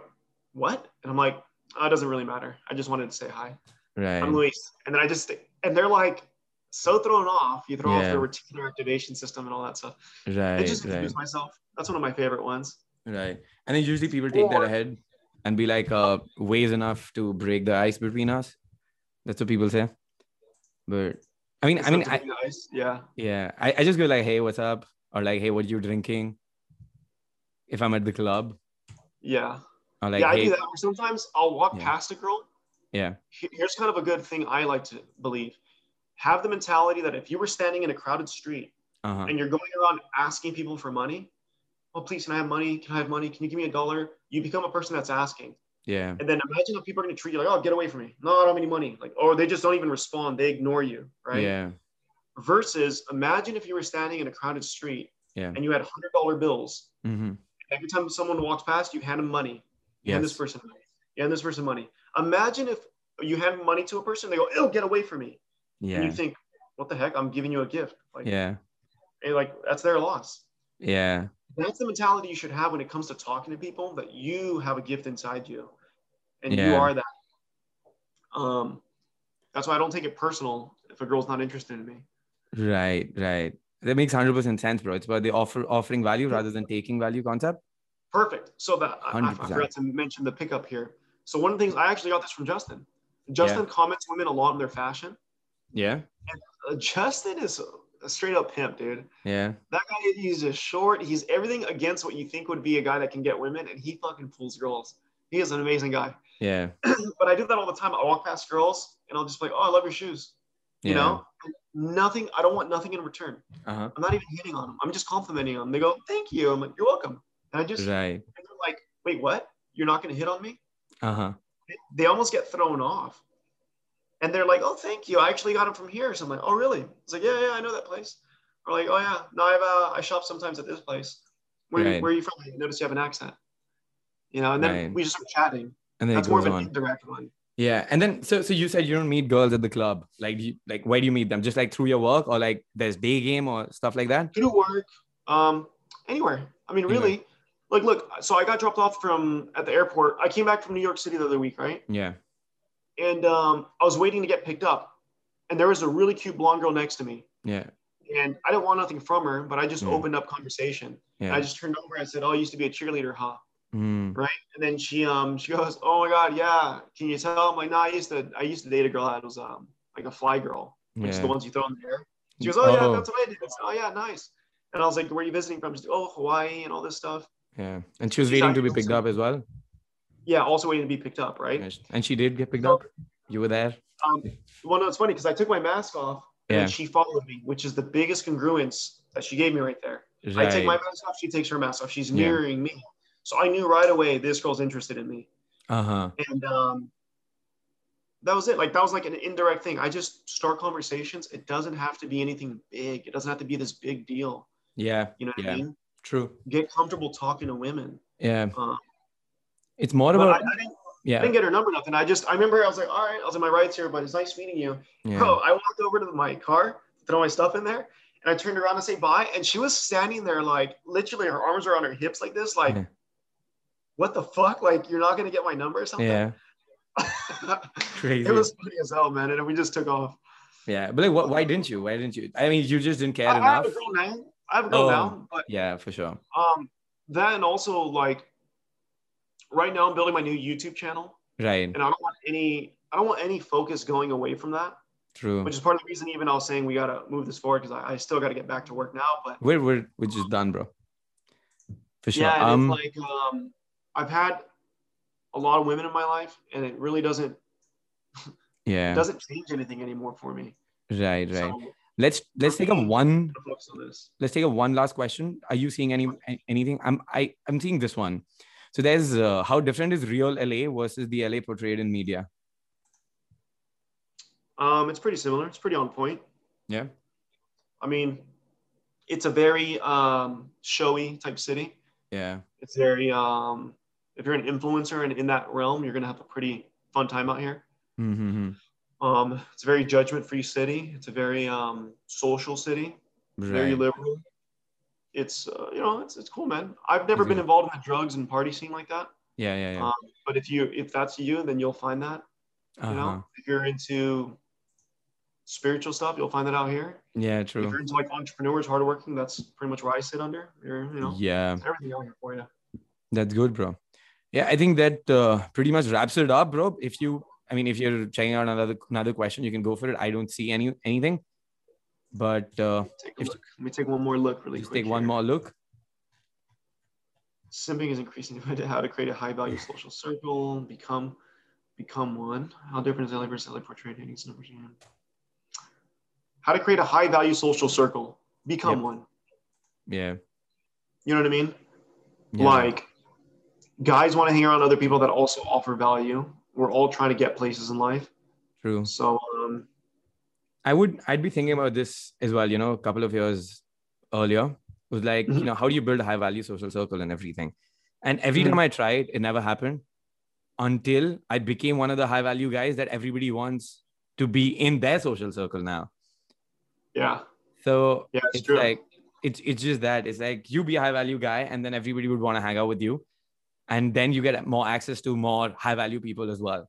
B: "What?" And I'm like, oh, "It doesn't really matter. I just wanted to say hi.
A: Right.
B: I'm Luis." And then I just, and they're like, so thrown off. You throw off
A: Yeah.
B: their reticular activation system and all that stuff. I
A: right.
B: just
A: right.
B: introduce myself. That's one of my favorite ones.
A: Right. And then usually people take that
B: Or-
A: ahead and be like, uh, ways enough to break the ice between us. That's what people say. But I mean, I mean, I,
B: Something nice. yeah.
A: yeah, I, I just go like, hey, what's up? Or like, hey, what you drinking? If I'm at the club,
B: Yeah.
A: or like,
B: yeah, I
A: hey,
B: do that. Or Sometimes I'll walk
A: Yeah.
B: past a girl.
A: Yeah.
B: He- Here's kind of a good thing I like to believe. Have the mentality that if you were standing in a crowded street
A: uh-huh.
B: and you're going around asking people for money, oh please, can I have money? Can I have money? Can you give me a dollar? You become a person that's asking.
A: yeah,
B: And then imagine how people are gonna treat you like, oh, get away from me. No, I don't have any money. Like, or they just don't even respond, they ignore you, right?
A: yeah,
B: Versus imagine if you were standing in a crowded street
A: Yeah.
B: and you had hundred dollar bills.
A: mm-hmm.
B: Every time someone walks past, you hand them money. You hand this
A: yes,
B: person money. You hand this person money. Imagine if you hand money to a person, they go, "Ew, get away from me!" And
A: yeah,
B: you think, "What the heck? I'm giving you a gift." Like,
A: yeah,
B: and like that's their loss.
A: yeah,
B: That's the mentality you should have when it comes to talking to people. That you have a gift inside you, and you
A: Yeah.
B: are that. Um, that's why I don't take it personal if a girl's not interested in me.
A: right, right. That makes hundred percent sense, bro. It's about the offer offering value rather than taking value concept.
B: Perfect. So that I, I
A: 100%.
B: forgot to mention the pickup here. So one of the things I actually got this from Justin. Justin comments women a lot on their fashion.
A: Yeah,
B: Uh, Justin is a straight up pimp, dude.
A: yeah,
B: That guy, he's just short. He's everything against what you think would be a guy that can get women, and he fucking pulls girls. He is an amazing guy.
A: yeah,
B: (clears throat) But I do that all the time. I walk past girls, and I'll just be like, "Oh, I love your shoes."
A: yeah.
B: You know, nothing. I don't want nothing in return.
A: uh-huh.
B: I'm not even hitting on them. I'm just complimenting them. They go, "Thank you." I'm like, "You're welcome." And I just,
A: right,
B: and they're like, "Wait, what? You're not gonna hit on me?"
A: uh huh.
B: They almost get thrown off, and they're like, "Oh, thank you. I actually got them from here." So I'm like, "Oh, really?" It's like, "Yeah, yeah, I know that place." Or like, "Oh yeah, no, I've uh, I shop sometimes at this place. Where,
A: Right.
B: where are you from? I noticed you have an accent." You know, and then
A: Right.
B: we just start chatting.
A: And then
B: That's
A: it
B: more
A: goes
B: of an
A: on.
B: indirect one.
A: Yeah, and then so so you said you don't meet girls at the club. Like do you, like where do you meet them? Just like through your work or like there's day game or stuff like that.
B: Go to work, um, anywhere. I mean,
A: Anywhere.
B: really, like, look. So I got dropped off from at the airport. I came back from New York City the other week, right?
A: Yeah.
B: And um, I was waiting to get picked up, and there was a really cute blonde girl next to me.
A: Yeah.
B: and I didn't want nothing from her, but I just
A: Yeah.
B: opened up conversation. And
A: Mm. Yeah.
B: I just turned over and I said, "Oh, you used to be a cheerleader, huh?"
A: Mm.
B: And then she um she goes, "Oh my God, yeah. Can you tell?" I'm like, "No, I used to I used to date a girl that was um like a fly girl, which is the
A: Yeah.
B: ones you throw in the air." She goes, "Oh, yeah, that's what I did." I said, oh yeah, nice. And I was like, "Where are you visiting from?" She's "Oh, Hawaii and all this stuff."
A: yeah. And she was
B: She's
A: waiting
B: out
A: to be
B: here
A: picked
B: also.
A: up as well.
B: Yeah, also waiting to be picked up, right?
A: And she did get picked
B: So-
A: up. You were there.
B: Um, well, no, it's funny because I took my mask off and
A: Yeah.
B: then she followed me, which is the biggest congruence that she gave me right there. I take my mask off. She takes her mask off. She's
A: Yeah.
B: mirroring me. So I knew right away this girl's interested in me.
A: Uh huh.
B: And um, that was it. Like, that was like an indirect thing. I just start conversations. It doesn't have to be anything big, it doesn't have to be this big deal.
A: Yeah.
B: You know what
A: Yeah.
B: I mean?
A: True.
B: Get comfortable talking to women.
A: Yeah.
B: Um,
A: It's more
B: but I, I,
A: about
B: didn't, I
A: yeah.
B: didn't get her number, nothing. I just, I remember I was like, all right, I was in my rights here, but it's nice meeting you. Bro,
A: Yeah.
B: I walked over to my car, throw my stuff in there, and I turned around to say bye. And she was standing there, like literally her arms around her hips, like this, like,
A: Yeah.
B: what the fuck? Like, you're not gonna get my number or something? (laughs)
A: Yeah.
B: it
A: Crazy.
B: was funny as hell, man. And we just took off.
A: Yeah. But like, what, why didn't you? Why didn't you? I mean, you just didn't care
B: I, I have
A: enough.
B: a girl now. I have a girl
A: Oh.
B: now, but
A: Yeah, for sure.
B: um, then also like right now I'm building my new YouTube channel,
A: Right.
B: and I don't want any, I don't want any focus going away from that,
A: True.
B: which is part of the reason even I was saying we gotta move this forward because I, I still gotta get back to work now, but.
A: We're we're we're just done, bro. For sure.
B: Yeah, and
A: um.
B: it's like um, I've had a lot of women in my life, and it really doesn't
A: yeah.
B: it doesn't change anything anymore for me.
A: Right,
B: So
A: right.
B: I'm gonna
A: Let's let's take a
B: me-
A: one.
B: focus on this.
A: Let's take a one last question. Are you seeing any a- anything? I'm I I'm seeing this one. So there's uh, how different is real LA versus the LA portrayed in media?
B: Um, it's pretty similar. It's pretty on point.
A: Yeah.
B: I mean, it's a very um, showy type city.
A: Yeah.
B: It's very um, if you're an influencer and in that realm, you're gonna have a pretty fun time out here.
A: Mm-hmm.
B: Um, it's a very judgment-free city. It's a very um, social city. It's Very
A: Right.
B: liberal. It's uh, you know it's it's cool, man. I've never
A: Is
B: been
A: it-
B: involved in the drugs and party scene like that.
A: Yeah, yeah, yeah.
B: Um, But if you if that's you, then you'll find that. You
A: Uh-huh.
B: know, if you're into spiritual stuff, you'll find that out here.
A: Yeah,
B: If you're
A: true.
B: into like entrepreneurs, hardworking, that's pretty much where I sit under. You're you know
A: Yeah.
B: it's everything out here for you.
A: That's good, bro. Yeah, I think that uh, pretty much wraps it up, bro. If you, I mean, if you're checking out another another question, you can go for it. I don't see any anything, but uh,
B: Take a
A: If-
B: look. Let me take one more look really
A: just
B: quick.
A: take one
B: here.
A: more look.
B: Simping is increasing (laughs) demand to how to create a high value social circle, become become one. How different is LA versus LA portrayed in these numbers? Yeah. How to create a high value social circle, become
A: Yep.
B: one.
A: Yeah.
B: You know what I mean?
A: yeah.
B: Like guys want to hang around other people that also offer value. We're all trying to get places in life.
A: True.
B: So um,
A: I would I'd be thinking about this as well, you know, a couple of years earlier. Was like, you
B: Mhm.
A: know, how do you build a high value social circle and everything? And every
B: Mhm.
A: time I tried, it never happened until I became one of the high value guys that everybody wants to be in their social circle now.
B: yeah,
A: So
B: yeah, it's,
A: it's
B: true.
A: like it's it's just that. It's like you be a high value guy and then everybody would want to hang out with you. And then you get more access to more high value people as well.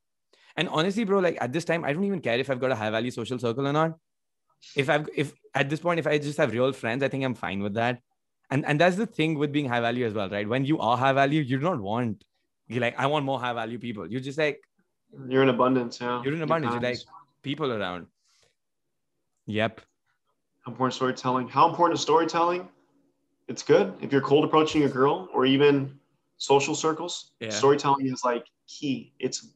A: And honestly, bro, like at this time, I don't even care if I've got a high value social circle or not. If I've if at this point, if I just have real friends, I think I'm fine with that. And and that's the thing with being high value as well, right? When you are high value, you do not want you're like, I want more high value people. You're just like
B: you're in abundance. Yeah,
A: you're in abundance, you're
B: kind.
A: like people around. Yep.
B: How important storytelling? How important is storytelling? It's good if you're cold approaching a girl or even social circles.
A: Yeah.
B: Storytelling is like key. It's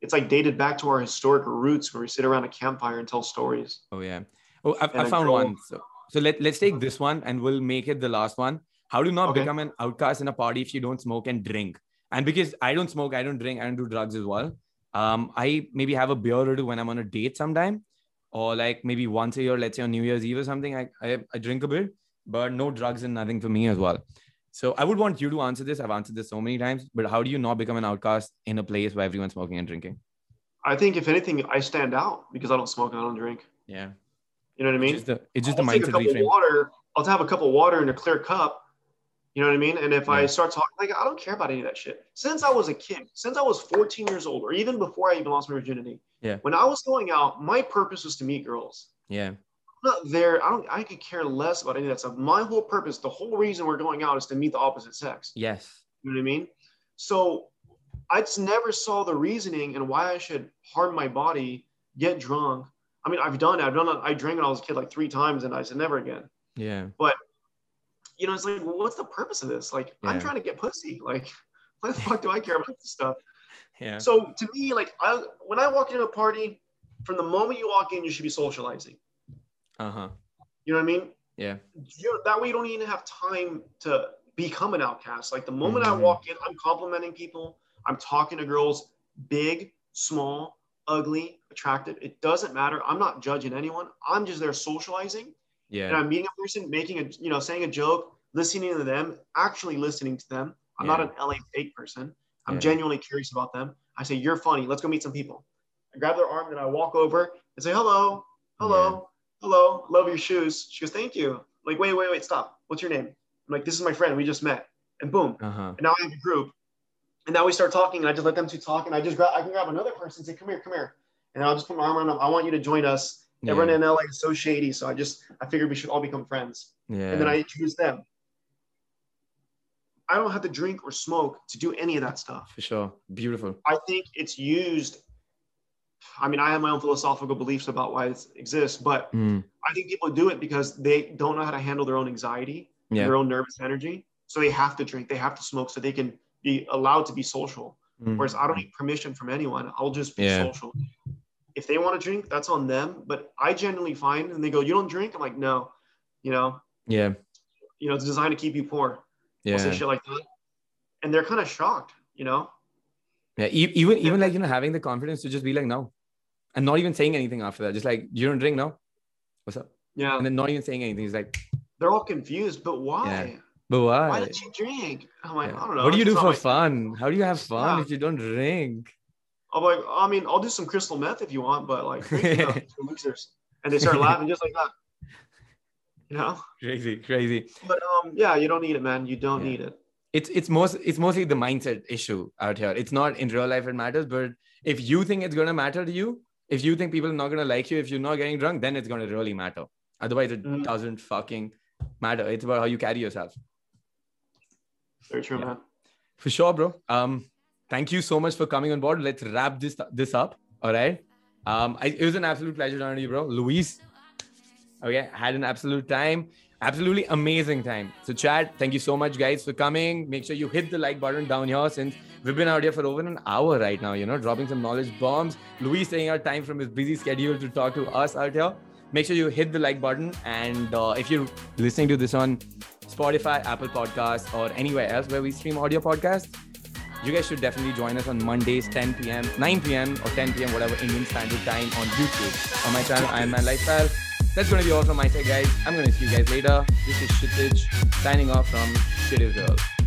B: it's like dated back to our historic roots where we sit around a campfire and tell stories.
A: Oh yeah. Oh, I've,
B: And
A: I
B: a
A: found
B: girl-
A: one. So, so let let's take this one and we'll make it the last one. How to not
B: Okay.
A: become an outcast in a party if you don't smoke and drink. And because I don't smoke, I don't drink, I don't do drugs as well. Um, I maybe have a beer or two when I'm on a date sometime, or like maybe once a year, let's say on New Year's Eve or something. I I, I drink a bit, but no drugs and nothing for me as well. So I would want you to answer this. I've answered this so many times, but how do you not become an outcast in a place where everyone's smoking and drinking?
B: I think if anything, I stand out because I don't smoke and I don't drink.
A: Yeah,
B: You know what I mean?
A: it's just the, it's just the
B: I'll take a
A: mindset
B: cup of
A: reframe.
B: water. I'll have a cup of water in a clear cup. You know what I mean? And if I
A: Yeah.
B: start talking, like I don't care about any of that shit. Since I was a kid, since I was 14 years old, or even before I even lost my virginity,
A: Yeah.
B: when I was going out, my purpose was to meet girls.
A: Yeah,
B: I'm not there. I don't. I could care less about any of that stuff. My whole purpose, the whole reason we're going out, is to meet the opposite sex.
A: yes.
B: You know what I mean? So I just never saw the reasoning and why I should harm my body, get drunk. I mean, I've done it. I've done it. I drank when I was a kid like three times, and I said never again
A: Yeah.
B: you know, it's like, well, what's the purpose of this? Like, I'm
A: Yeah.
B: trying to get pussy. (laughs) Like, why the fuck do I care about this stuff?
A: Yeah.
B: So to me, like, I when I walk into a party, from the moment you walk in, you should be socializing.
A: Uh huh.
B: You know what I mean?
A: Yeah.
B: You that way you don't even have time to become an outcast. Like the moment
A: Mhm.
B: I walk in, I'm complimenting people. I'm talking to girls, big, small, ugly, attractive. It doesn't matter. I'm not judging anyone. I'm just there socializing. and
A: Yeah.
B: I'm meeting a person, making a you know, saying a joke, listening to them, actually listening to them. I'm not
A: Yeah.
B: an LA fake person. I'm
A: Yeah.
B: genuinely curious about them. I say, You're funny, let's go meet some people. I grab their arm and I walk over and say, Hello, hello, hello, love your shoes. She goes, Thank you. I'm like, wait, wait, wait, stop. What's your name? I'm like, This is my friend, we just met. And boom.
A: Uh huh.
B: And now I have a group. And now we start talking, and I just let them two talk, and I just grab I can grab another person and say, Come here, come here. And I'll just put my arm around them. I want you to join us. Everyone in LA is so shady, so I just I figured we should all become friends.
A: Yeah.
B: And then I introduced them. I don't have to drink or smoke to do any of that stuff.
A: for sure. Beautiful.
B: I think it's used. I mean, I have my own philosophical beliefs about why it exists, but
A: Mm.
B: I think people do it because they don't know how to handle their own anxiety,
A: Yeah.
B: their own nervous energy. So they have to drink, they have to smoke so they can be allowed to be social.
A: Mm.
B: Whereas I don't need permission from anyone. I'll just be
A: Yeah.
B: social. If they want to drink, that's on them. But I generally find, and they go, "You don't drink?" I'm like, "No," you know,
A: Yeah.
B: you know, it's designed to keep you poor. I'll say
A: Yeah.
B: shit like that, and they're kind of shocked, you know.
A: Yeah. E- even even like you know having the confidence to just be like no, and not even saying anything after that. Just like you don't drink now. What's up?
B: Yeah.
A: And then not even saying anything. He's like,
B: They're all confused, but why?
A: Yeah. but why?
B: Why did you drink? I'm like,
A: Yeah.
B: I don't know.
A: What do you do
B: it's not
A: for
B: my-
A: fun? How do you have fun
B: Yeah.
A: if you don't drink? (laughs)
B: I'm like, I mean, I'll do some crystal meth if you want, but like,
A: (laughs)
B: drink it up, you're losers. And they start laughing just like that. You know?
A: Crazy, crazy.
B: But um, yeah, you don't need it, man. You don't
A: Yeah.
B: need it.
A: It's it's most it's mostly the mindset issue out here. It's not in real life it matters, but if you think it's gonna matter to you, if you think people are not gonna like you, if you're not getting drunk, then it's gonna really matter. Otherwise, it
B: Mm.
A: doesn't fucking matter. It's about how you carry yourself.
B: Very true,
A: Yeah.
B: man.
A: For sure, bro. Um, thank you so much for coming on board. Let's wrap this this up. All right. Um, I, it was an absolute pleasure talking to you, bro. Luis. Okay, had an absolute time. Absolutely amazing time. So, Chad, thank you so much, guys, for coming. Make sure you hit the like button down here since we've been out here for over an hour right now, you know, dropping some knowledge bombs. Luis taking out time from his busy schedule to talk to us out here. Make sure you hit the like button. And uh, if you're listening to this on Spotify, Apple Podcasts, or anywhere else where we stream audio podcasts, you guys should definitely join us on Mondays, 10 p.m., 9 p.m., or 10 p.m., whatever Indian Standard Time on YouTube. On my channel, I am Man Lifestyle. That's going to be all from my side, guys. I'm going to see you guys later. This is Shitage signing off from Shitage Girls.